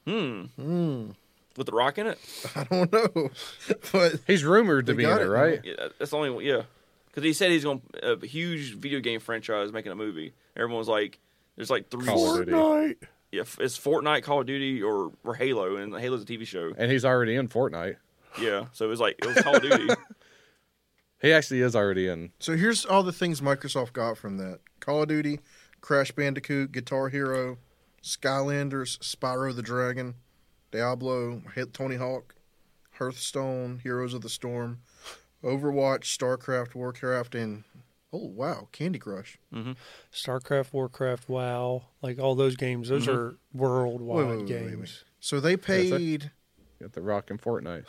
with the Rock in it.
I don't know, but
He's rumored to
They
be in
got
it,
it.
right?
Yeah, that's the only one. Yeah, because he said he's going to a huge video game franchise making a movie. Everyone's like, there's like three.
Call of Duty.
Yeah, f- it's Fortnite, Call of Duty, or or Halo, and Halo's a TV show.
And he's already in Fortnite.
Yeah, so it was like it was Call of Duty.
He actually is already in.
so here's all the things Microsoft got from that: Call of Duty, Crash Bandicoot, Guitar Hero, Skylanders, Spyro the Dragon, Diablo, Hit Tony Hawk, Hearthstone, Heroes of the Storm, Overwatch, StarCraft, Warcraft, and oh wow, Candy Crush.
StarCraft, Warcraft, WoW, like all those games. Those
Mm-hmm.
are worldwide
Wait, wait, wait, wait,
games.
wait. So they paid
Got the Rock and Fortnite.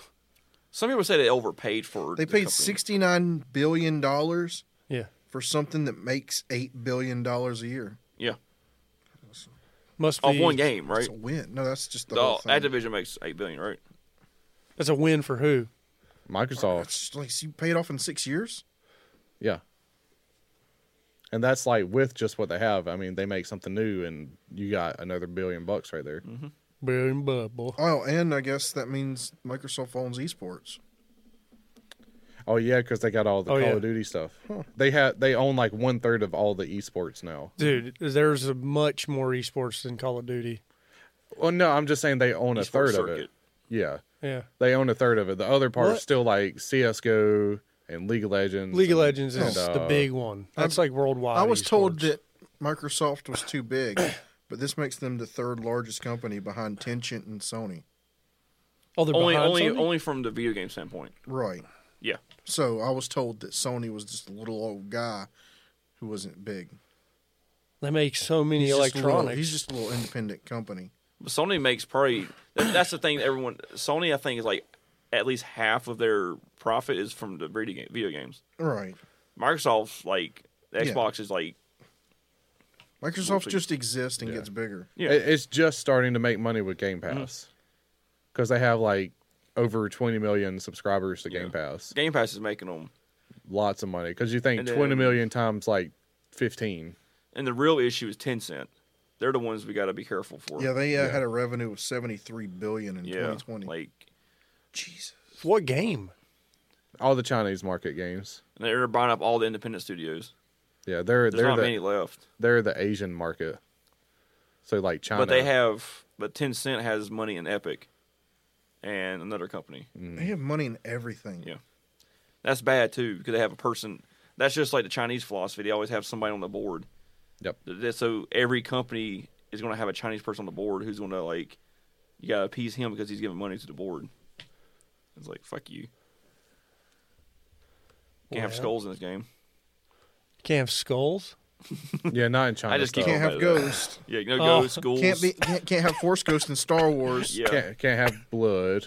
Some people say they overpaid for.
they
the
paid
company.
sixty nine billion dollars
Yeah,
for something that makes eight billion dollars a year.
Yeah,
must be
off one game, right?
It's a win. No, that's just the
The,
whole thing.
Activision makes eight billion, right?
That's a win for who?
Microsoft.
That's just like so you paid off in six years.
Yeah. And that's like with just what they have. I mean, they make something new, and you got another billion bucks right there.
Boom bubble.
Oh, and I guess that means Microsoft owns esports.
Oh yeah, because they got all the
Oh,
Call
yeah.
of Duty stuff. They have they own like one third of all the esports now.
Dude, there's a much more esports than Call of Duty.
Well, no, I'm just saying they own a
Esports
third of it.
circuit.
Yeah,
Yeah.
they own a third of it. The other part's
What?
still like CS:GO and League of Legends.
League of
and-
Legends is
and,
the
uh,
big one. That's like worldwide.
I was told
esports.
that Microsoft was too big, but this makes them the third largest company behind Tencent and Sony.
oh, they're
Only,
behind
only,
Sony?
only from the video game standpoint.
Right.
Yeah,
So I was told that Sony was just a little old guy who wasn't big.
They make so many
just a little-
electronics.
he's just a little independent company.
But Sony makes probably that- that's the thing. that Everyone, Sony, I think is like at least half of their profit is from the video, game, video games.
Right.
Microsoft's like the
Yeah.
Xbox is like
Microsoft just exists and gets bigger.
Yeah. Mm-hmm.
it- it's just starting to make money with Game Pass because they have like over 20 million subscribers to Game Pass.
Game Pass is making them.
Lots of money because you think
And then-
20 million times like 15.
And the real issue is Tencent. They're the ones we got to be careful for.
Yeah, they uh, had a revenue of seventy three billion in
yeah.
twenty twenty.
Like
Jesus.
what game?
all the Chinese market games.
And they're buying up all the independent studios.
Yeah, they're
There's
they're
not
the,
many left.
they're the Asian market. So like China,
But they have, but Tencent has money in Epic and another company.
Mm.
They have money in everything.
Yeah. That's bad too because they have a person. That's just like the Chinese philosophy. They always have somebody on the board.
Yep.
Th- th- So every company is going to have a Chinese person on the board who's going to like, you got to appease him because he's giving money to the board. It's like fuck you. Can't have
Well.
skulls in this game.
Can't have skulls.
yeah, not in China.
I just
though.
keep-
Can't
Oh,
have
by the way.
ghosts.
Yeah, no
Oh.
ghosts, ghouls.
Can't be. Can't, can't have force ghosts in Star Wars.
Yeah,
can't can't have blood.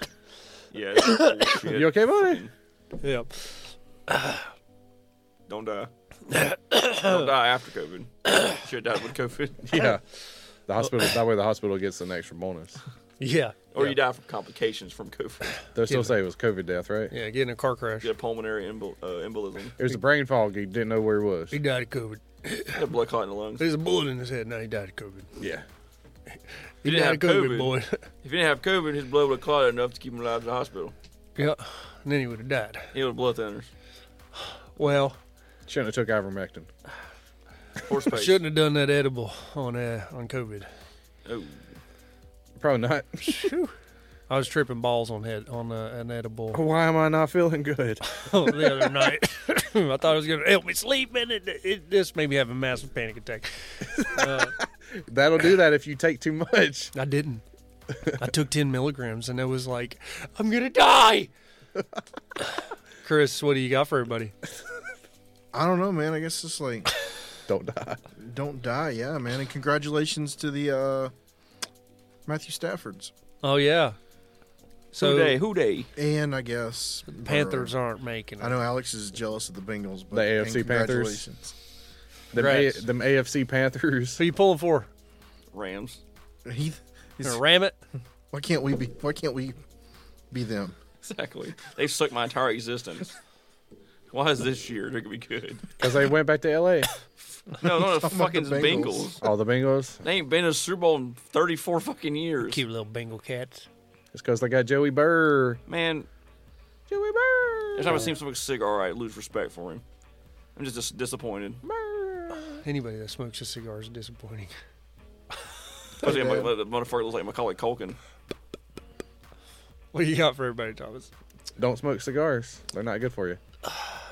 yeah. it's bullshit.
You okay, buddy?
Yep.
Don't die. Don't die after COVID. Should have died with COVID,
Yeah. The hospital. That way, the hospital gets an extra bonus.
Yeah.
or you die from complications from COVID.
They'll still say it was COVID death, right?
Yeah. Get in a car crash.
You get a pulmonary embol- uh, embolism.
It was a brain fog. He didn't know where he was.
He died of COVID.
You got blood clot in the lungs. If
There's a bullet in his head. Now he died of COVID.
Yeah.
He
didn't
died
have
of COVID,
COVID.
boy.
he didn't have COVID, his blood would have clotted enough to keep him alive in the hospital.
yeah. And then he would have died.
He would have blood thinners.
Well,
Shouldn't have took ivermectin.
Horse paste.
shouldn't have done that edible on uh, on COVID.
Oh,
Probably not.
I was tripping balls on head on uh, an edible
Why am I not feeling good?
the other night. I thought it was gonna help me sleep, and it, it this made me have a massive panic attack.
That'll do that if you take too much.
I didn't. I took 10 milligrams and it was like, I'm going to die. Chris, what do you got for everybody?
I don't know, man. I guess it's like
Don't die.
don't die. Yeah, man. And congratulations to the uh, Matthew Stafford's.
Oh, yeah.
who day?
So
Who day?
And I guess
Panthers aren't making it.
I know Alex is jealous of the Bengals, but
The
and
AFC Panthers.
congratulations.
Them, A-
Congrats.
them AFC Panthers.
Who you pulling for?
Rams.
He,
You gonna ram it?
why can't we be? Why can't we be them?
Exactly. They've sucked my entire existence. Why is this year going to be good?
Because they went back to LA.
No, no, the
Talking about
fucking
the
Bengals.
Bengals.
All the Bengals.
They ain't been in a Super Bowl in 34 fucking years.
Cute little Bengal cats.
It's because they got Joey Burr.
Man,
Joey Burr.
every time I see him smoke a cigar, I lose respect for him. I'm just dis- disappointed.
Anybody that smokes a cigar is disappointing.
Especially when my- the motherfucker looks like Macaulay Culkin.
What do you got for everybody, Thomas?
Don't smoke cigars. They're not good for you.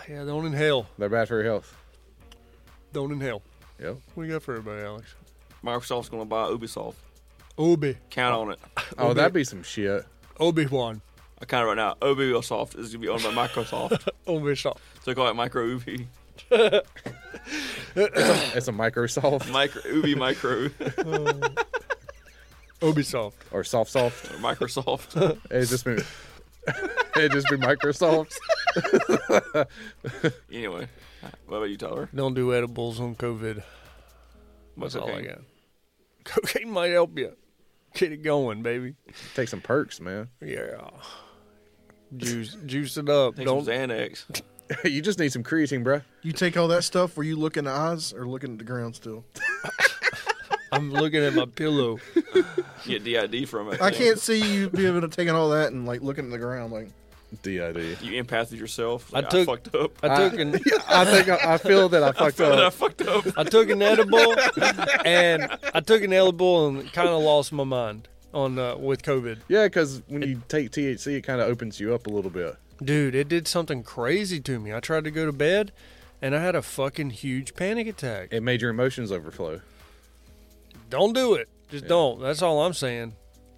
Yeah, don't inhale.
They're bad for your health.
Don't inhale.
Yep.
What do you got for everybody, Alex?
Microsoft's going to buy Ubisoft.
Obi.
Count on it.
Oh, that'd be some shit.
Obi-Wan.
I count it right now. Ubisoft is going to be owned by Microsoft.
Obi-Shop.
So they call it Micro Ubi.
It's a Microsoft
Micro Ubi Micro
Obi-Soft.
or Soft Soft.
Microsoft.
It'd just be, it'd just be Microsoft.
Anyway, what about you, Tyler?
Don't do edibles on COVID.
What's
That's all I
okay?
got. Cocaine might help you. Get it going, baby.
Take some perks, man.
Yeah. Juice, juice it up.
Take
Don't
some Xanax.
you just need some creatine, bruh.
You take all that stuff. Were you looking at eyes or looking at the ground still?
I'm looking at my pillow.
Get DID from it.
I can't see you be able to take all that and like looking at the ground. Like
DID.
You empathied yourself.
I
Like, I,
took-
fucked up.
I took an
I think I, I feel that I fucked
I
up.
fucked up.
I took an edible and I took an edible and kind of lost my mind on uh, with COVID.
Yeah, because when you take THC, it kind of opens you up a little bit.
Dude, it did something crazy to me. I tried to go to bed and I had a fucking huge panic attack.
It made your emotions overflow.
Don't do it. Just don't. That's all I'm saying.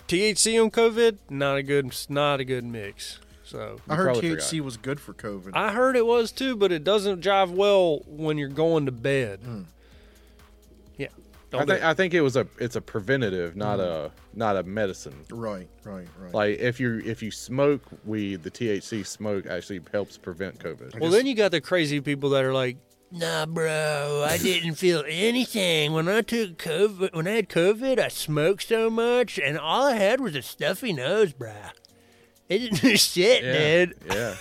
THC on COVID, not a good not a good mix. So
I heard
probably
THC was good for COVID.
I heard it was too, but it doesn't jive well when you're going to bed. Yeah. Don't
Hmm. I
do
think
it.
I think it was a it's a preventative, not a not a medicine.
right, right, right.
Like if you if you smoke weed, the THC smoke actually helps prevent COVID.
well, then you got the crazy people that are like,
Nah, bro, I didn't feel anything when I took COVID. When I had COVID, I smoked so much, and all I had was a stuffy nose, bro. It didn't do shit,
yeah.
dude.
Yeah.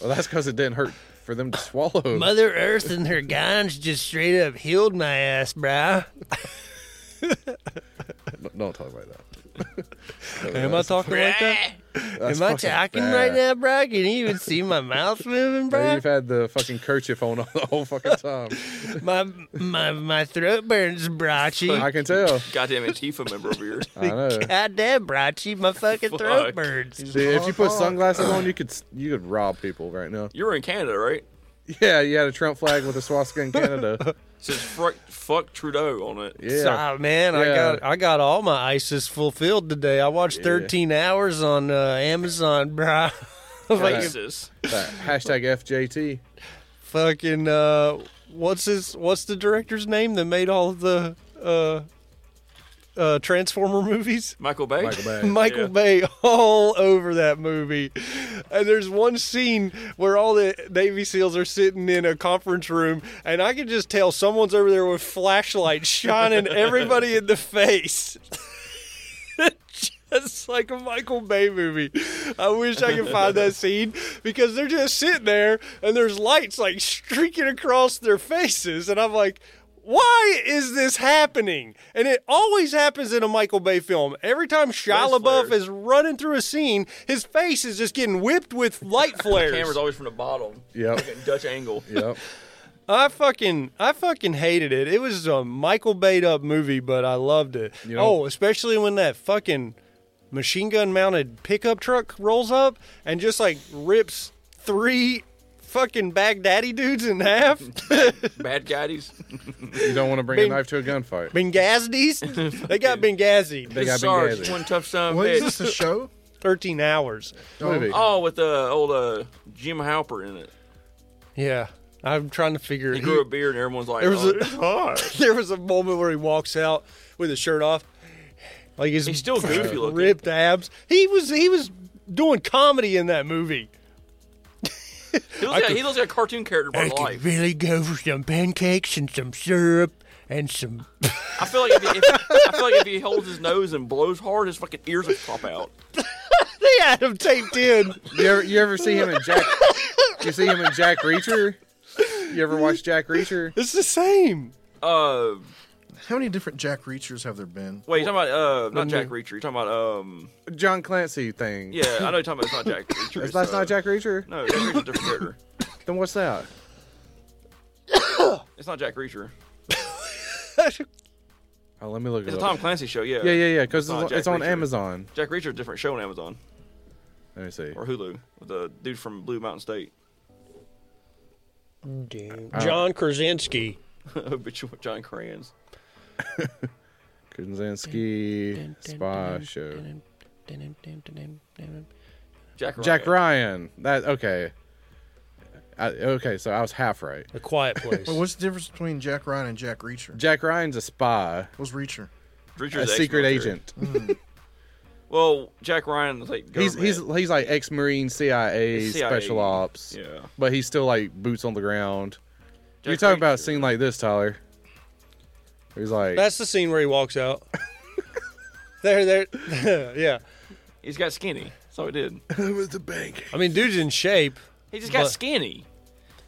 well, that's because it didn't hurt for them to swallow.
Mother Earth and her guns just straight up healed my ass, bro.
Don't- Don't talk about that.
Am I talking like that?
That's
Am I
fucking
talking
bad.
right now, Brad? Can you even see my mouth moving,
Man,
Brad?
you've had the fucking kerchief on all the whole fucking time.
my my my throat burns, Brachi.
I can tell.
Goddamn Antifa member over here.
I know.
Goddamn, Brachi, my fucking
Fuck.
throat burns.
See, if you put
Fuck.
sunglasses on, you could s- you could rob people right now.
You were in Canada, right?
Yeah, you had a Trump flag with a swastika in Canada.
It says fuck, fuck Trudeau on it.
Yeah,
So, oh, man, I
Yeah.
got I got all my ISIS fulfilled today. I watched 13 hours on uh, Amazon, bro. like
Racist.
that. hashtag FJT.
fucking uh, what's his what's the director's name that made all of the uh, uh, Transformer movies?
Michael Bay.
Michael Bay.
Michael
Yeah.
Bay all over that movie. And there's one scene where all the Navy SEALs are sitting in a conference room, and I can just tell someone's over there with flashlights shining everybody in the face. just like a Michael Bay movie. I wish I could find that scene because they're just sitting there and there's lights like streaking across their faces. And I'm like, why is this happening? And it always happens in a Michael Bay film. Every time Shia
Lights
LaBeouf
flares.
is running through a scene, his face is just getting whipped with light flares.
Camera's always from the bottom.
Yep.
Like a Dutch angle.
Yep.
I fucking I fucking hated it. It was a Michael Bayed up movie, but I loved it.
You know-
oh, especially when that fucking machine gun mounted pickup truck rolls up and just like rips three fucking Baghdadi dudes in half.
Bad guys.
You don't want to bring
Bing.
a knife to a gunfight.
Bengazies? they got Benghazied.
They got
Sarge,
Benghazi.
one tough son of a
What is
bitch.
this? A show?
Thirteen hours.
Movie.
Oh, with the old uh, Jim Halper in it.
Yeah. I'm trying to figure
He grew a beard and everyone's like,
there was
oh,
a there was a moment where he walks out with his shirt off, like his
he's still goofy looking.
ripped abs. He was he was doing comedy in that movie.
He looks, like, he looks like a cartoon character by life.
really go for some pancakes and some syrup and some.
I feel like if he, if, I feel like if he holds his nose and blows hard, his fucking ears would pop out.
They had him taped in.
You ever, you ever see him in Jack? you see him in Jack Reacher? You ever watch Jack Reacher?
It's the same.
Uh,
How many different Jack Reachers have there been?
wait, you're talking about uh, not Jack Reacher. You're talking about um,
John Clancy thing.
yeah, I know you're talking about it's not Jack Reacher.
That's,
it's,
that's
uh,
not Jack Reacher.
No, Jack Reacher's a different character.
Then what's that?
It's not Jack Reacher.
Oh, let me look
It's
it
a
up.
Tom Clancy show. Yeah.
yeah, yeah, yeah. Because
It's not
it's,
Jack
it's on
Reacher.
Amazon.
Jack Reacher's a different show on Amazon
Let me see.
or Hulu with the dude from Blue Mountain State.
John Krasinski.
John Crayons.
Krasinski spy show.
Jack Ryan.
Jack Ryan. That okay. I, okay, so I was half right.
A Quiet Place.
Well, what's the difference between Jack Ryan and Jack Reacher?
Jack Ryan's a spy,
What's Reacher?
Reacher's
a secret
ex-military.
agent.
Well, Jack Ryan was like
He's he's
government.
he's like ex Marine, CIA,
CIA,
special ops.
yeah.
but he's still like boots on the ground. You're
Jack
talking about a
Reacher.
scene like this, Tyler. He's like,
That's the scene where he walks out. there, there. yeah.
he's got skinny. So he did.
"That was the bank."
I mean, dude's in shape.
He just got
But-
skinny.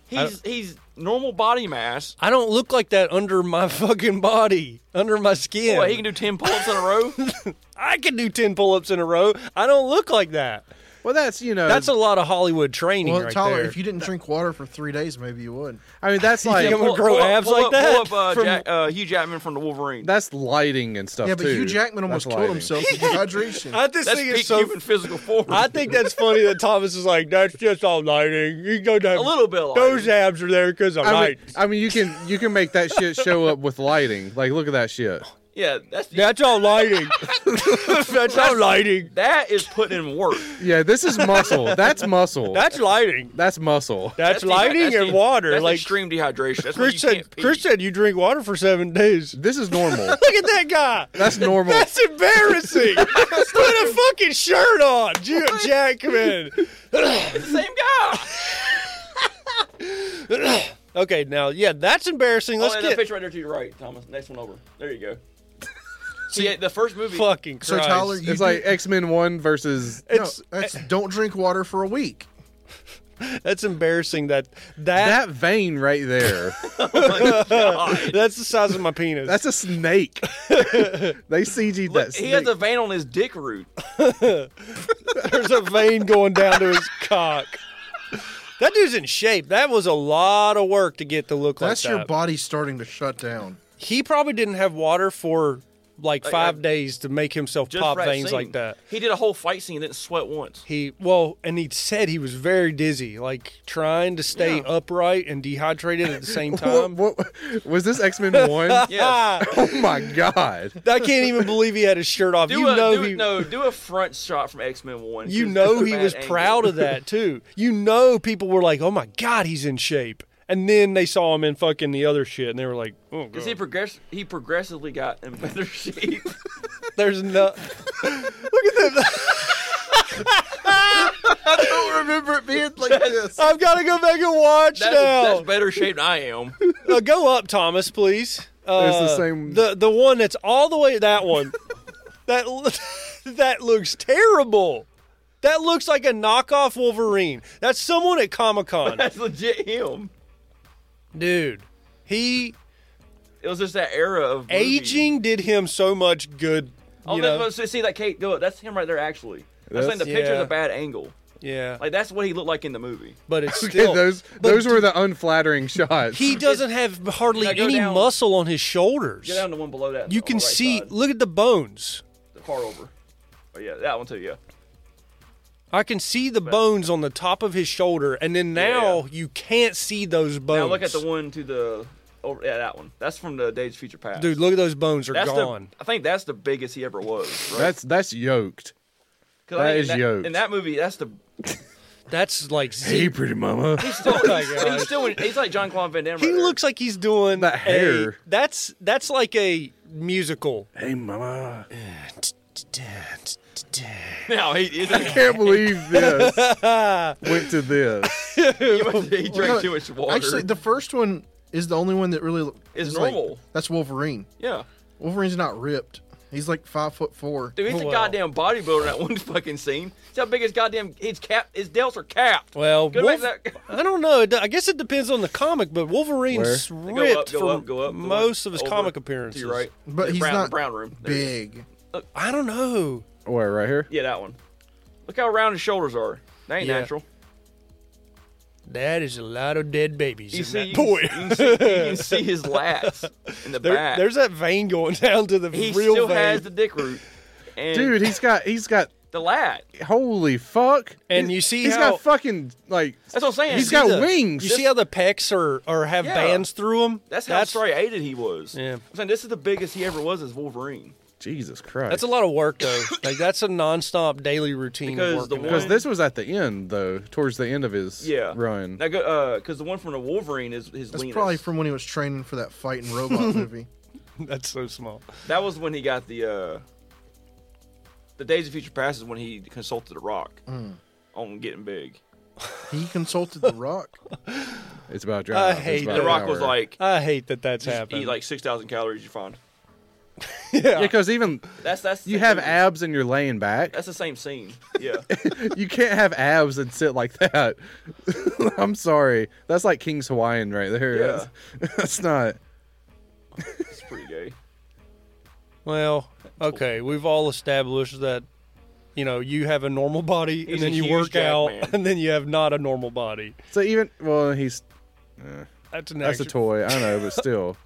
He's he's normal body mass.
I don't look like that under my fucking body, under my skin.
Boy, he can do ten pull-ups in a row.
I can do 10 pull ups in a row. I don't look like that.
Well, that's you know,
That's a lot of Hollywood training
Well,
right
Tyler,
there.
if you didn't drink water for three days, maybe you would.
I mean, that's like
I'm gonna grow
up-
abs
pull
like
up,
that
Pull up uh,
from-
Jack, uh, Hugh Jackman from the Wolverine.
that's lighting and stuff
Yeah, but
too.
Hugh Jackman almost
That's
killed
lighting.
himself with dehydration.
I just
That's
think
peak
it's so.
human physical form.
I think that's funny that Thomas is like, that's just all lighting. You go down
a little bit. Like
Those abs are there because I'm
I mean,
light.
I mean, you can you can make that shit show up with lighting. Like, look at that shit.
Yeah, that's
That's all lighting. that's all lighting.
that is putting in work.
Yeah, this is muscle. That's muscle.
That's lighting.
That's muscle.
That's,
dehy-
lighting
that's
and
de-
water.
That's
like
extreme dehydration. That's
Chris
why you
said,
can't pee.
Chris said you drink water for seven days. Look
This is normal.
at that guy.
That's normal.
That's embarrassing. Put a fucking shirt on, J- Jackman.
same guy.
Okay, now yeah, that's embarrassing.
Oh,
Let's
and that
get
picture right there to your right, Thomas. Next one over. There you go. See, yeah, the first movie.
fucking
so
Christ.
Tyler, you
It's like X Men One versus
no,
it's
that's, don't drink water for a week.
That's embarrassing. That that,
That vein right there.
that's the size of my penis.
That's a snake. they CG'd that
Look,
snake.
he has a vein on his dick root.
There's a vein going down to his cock. That dude's in shape. That was a lot of work to get to look
That's
like that.
your body starting to shut down.
he probably didn't have water for like five days to make himself
uh, Just
pop
for
veins
scene.
like that.
He did a whole fight scene and didn't sweat once.
He well, and he said he was very dizzy, like trying to stay upright and dehydrated at the same
What-
time.
what- was this X Men One?
Ah,
Yeah.
Oh my god!
I can't even believe he had his shirt off.
Do
you
a
know
do,
he
no, do a front shot from X Men One.
you
Just
know
a
he
bad
was
angle.
proud of that too. You know people were like, "Oh my god, he's in shape." And then they saw him in fucking the other shit and they were like, "Oh god."
Because he progress he progressively got in better shape.
There's no
I don't remember it being like this.
I've got to go back and watch
That's,
now.
that's better shape than I am.
Uh, go up, Thomas, please. Uh,
It's the same-
The the one that's all the way that one. that lo- that looks terrible. That looks like a knockoff Wolverine. That's someone at Comic Con,
That's legit him.
dude. He
It was just that era of movie.
aging did him so much good.
Oh,
you
that's
know?
what- so see that Kate do it. That's him right there. Actually, I'm saying the
That's-
picture's
yeah.
a bad angle.
yeah,
Like that's what he looked like in the movie.
but it's
Okay,
still
those
but
those were the unflattering shots.
He doesn't have hardly
Now go
any
down-
muscle on his shoulders.
Go down to one below that.
you
on the
can
right
see.
side,
Look at the bones.
the far over. Oh yeah, that one too. Yeah.
I can see the bones on the top of his shoulder, and then now you can't see those bones.
Now look at the one to the over. Yeah, that one. That's from the Days of Future Past.
dude. Look at those bones are
that's
gone.
The, I think that's the biggest he ever was. Right?
That's that's yoked.
'Cause
that
I think in
is yoked.
In that movie, that's the
That's like Oh
Hey, pretty mama.
still.
my
he's, he's still. in- He's like John Claude Van Damme.
he
right there.
looks like he's doing
That
a-
hair.
that's that's like a musical.
Hey, mama.
No, he, he,
I can't believe this went to this.
he, he drank too much water.
Actually, the first one is the only one that really lo-
Is
like-
normal.
that's Wolverine.
yeah.
Wolverine's not ripped. He's like five foot four.
Dude, he's a
Well.
goddamn bodybuilder in that one fucking scene. See how big his goddamn his cap his delts are capped.
Well,
Go
Wolf-
back to that-
I don't know. It- I guess it depends on the comic, but Wolverine's
Go
ripped
up, go
for
up, go up, go
most
up,
of his
over,
comic
To
appearances.
your right,
But
The
he's
brown,
not
the brown room. There you go.
Big.
I don't know.
Where right here?
Yeah, that one. Look how round his shoulders are. That ain't
Yeah.
natural.
That is a lot of dead babies
You
in
see, you,
that boy.
you can see, you can see his lats in the
There-
back.
there's that vein going down to the
he
real
still
vein,
has the dick root, and
Dude, he's got he's got
the lat.
holy fuck.
and
He's-
you see
he's
how
got fucking like
That's what I'm saying.
he's
See
got
the-
wings.
You see how the pecs are, are have
Yeah.
bands through them.
That's how striated he was.
Yeah.
I'm saying this is the biggest he ever was as Wolverine.
Jesus Christ.
That's a lot of work though. like that's a nonstop daily routine
Because
of
the
working.
one-
because this was at the end though, towards the end of his
Yeah.
run.
Now go uh, because the one from the Wolverine is his
That's
leanest.
probably from when he was training for that fight in robot movie.
out. that's so small.
That was when he got the uh the Days of Future Past is when he consulted the Rock
Mm.
on getting big.
He consulted The Rock.
It's about drive. It's
hate
about
that.
The Rock was
power.
like,
I hate that that's
just
happened.
eat like six thousand calories you find.
Yeah, because even
That's that's
you
the
have
same-
abs and you're laying back.
That's the same scene. Yeah,
you can't have abs and sit like that. I'm sorry. That's like King's Hawaiian right there.
Yeah.
That's, that's not.
it's pretty gay.
well, okay, we've all established that you know you have a normal body
He's
and then
a
you
huge
work
jack
out
man.
and then you have not a normal body.
So even well, he's
That's an
that's a
actual-
toy. I know, but still,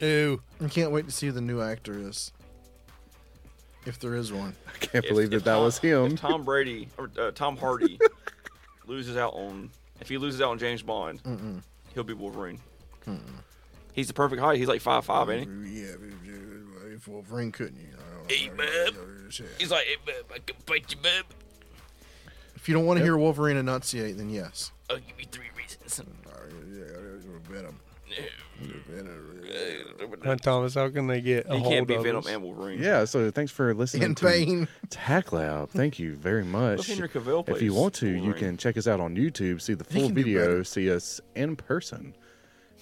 Ew.
I can't wait to see who the new actor is. If there is one.
I can't believe that that
Tom-
was him.
If Tom Brady or uh, Tom Hardy loses out on if he loses out on James Bond, he'll be Wolverine. He's the perfect height. He's like five five, ain't
Yeah, if Wolverine couldn't, you
he? Hey, bub. He's like, hey, bub, I can fight you, bub.
If you don't want to hear Wolverine enunciate, then yes.
I'll Oh, give you three reasons.
Now, Thomas, how can they get a
He
hold
can't be
of
Venom
us?
and Wolverine.
Yeah. So thanks for listening.
In
to
pain.
Tack Lab. Thank you very much.
Henry Cavill
if you
plays
want to, you
Wolverine.
can check us out on YouTube. See the full
can do
video.
better.
See us in person.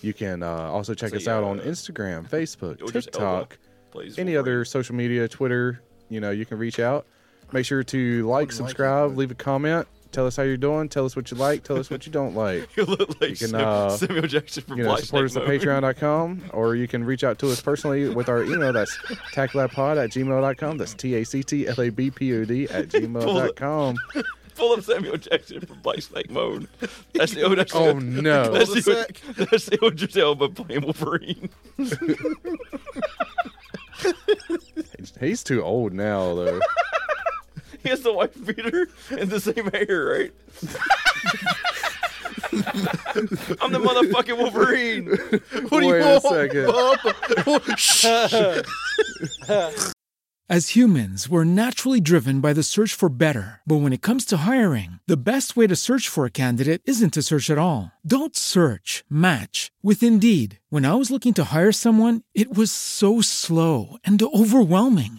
You can uh, also check
See,
us out on
uh,
Instagram, Facebook,
Idris Elba
TikTok.
plays
any
Wolverine.
other social media, Twitter, you know, you can reach out. Make sure to like, subscribe, leave a comment. Tell us how you're doing. Tell us what you like. Tell us what you don't like.
You look like
You can,
Sam-
uh,
Samuel Jackson from
You know,
Black
support us
Snake
at
Moan.
patreon.com or you can reach out to us personally with our email. That's tacklabpod at gmail.com. That's T A C T L A B P O D at gmail.com.
Pull up Samuel Jackson from Black Snake Moan. That's the old. That's the
Oh,
old-
no.
That's
Hold
the,
a
old, that's the old Giselle, but playing Wolverine.
He's too old now, though.
He has the white beater and the same hair, right? I'm the motherfucking Wolverine. What do you
Wait a
want?
second.
As humans, we're naturally driven by the search for better. But when it comes to hiring, the best way to search for a candidate isn't to search at all. Don't search, match with Indeed. When I was looking to hire someone, it was so slow and overwhelming.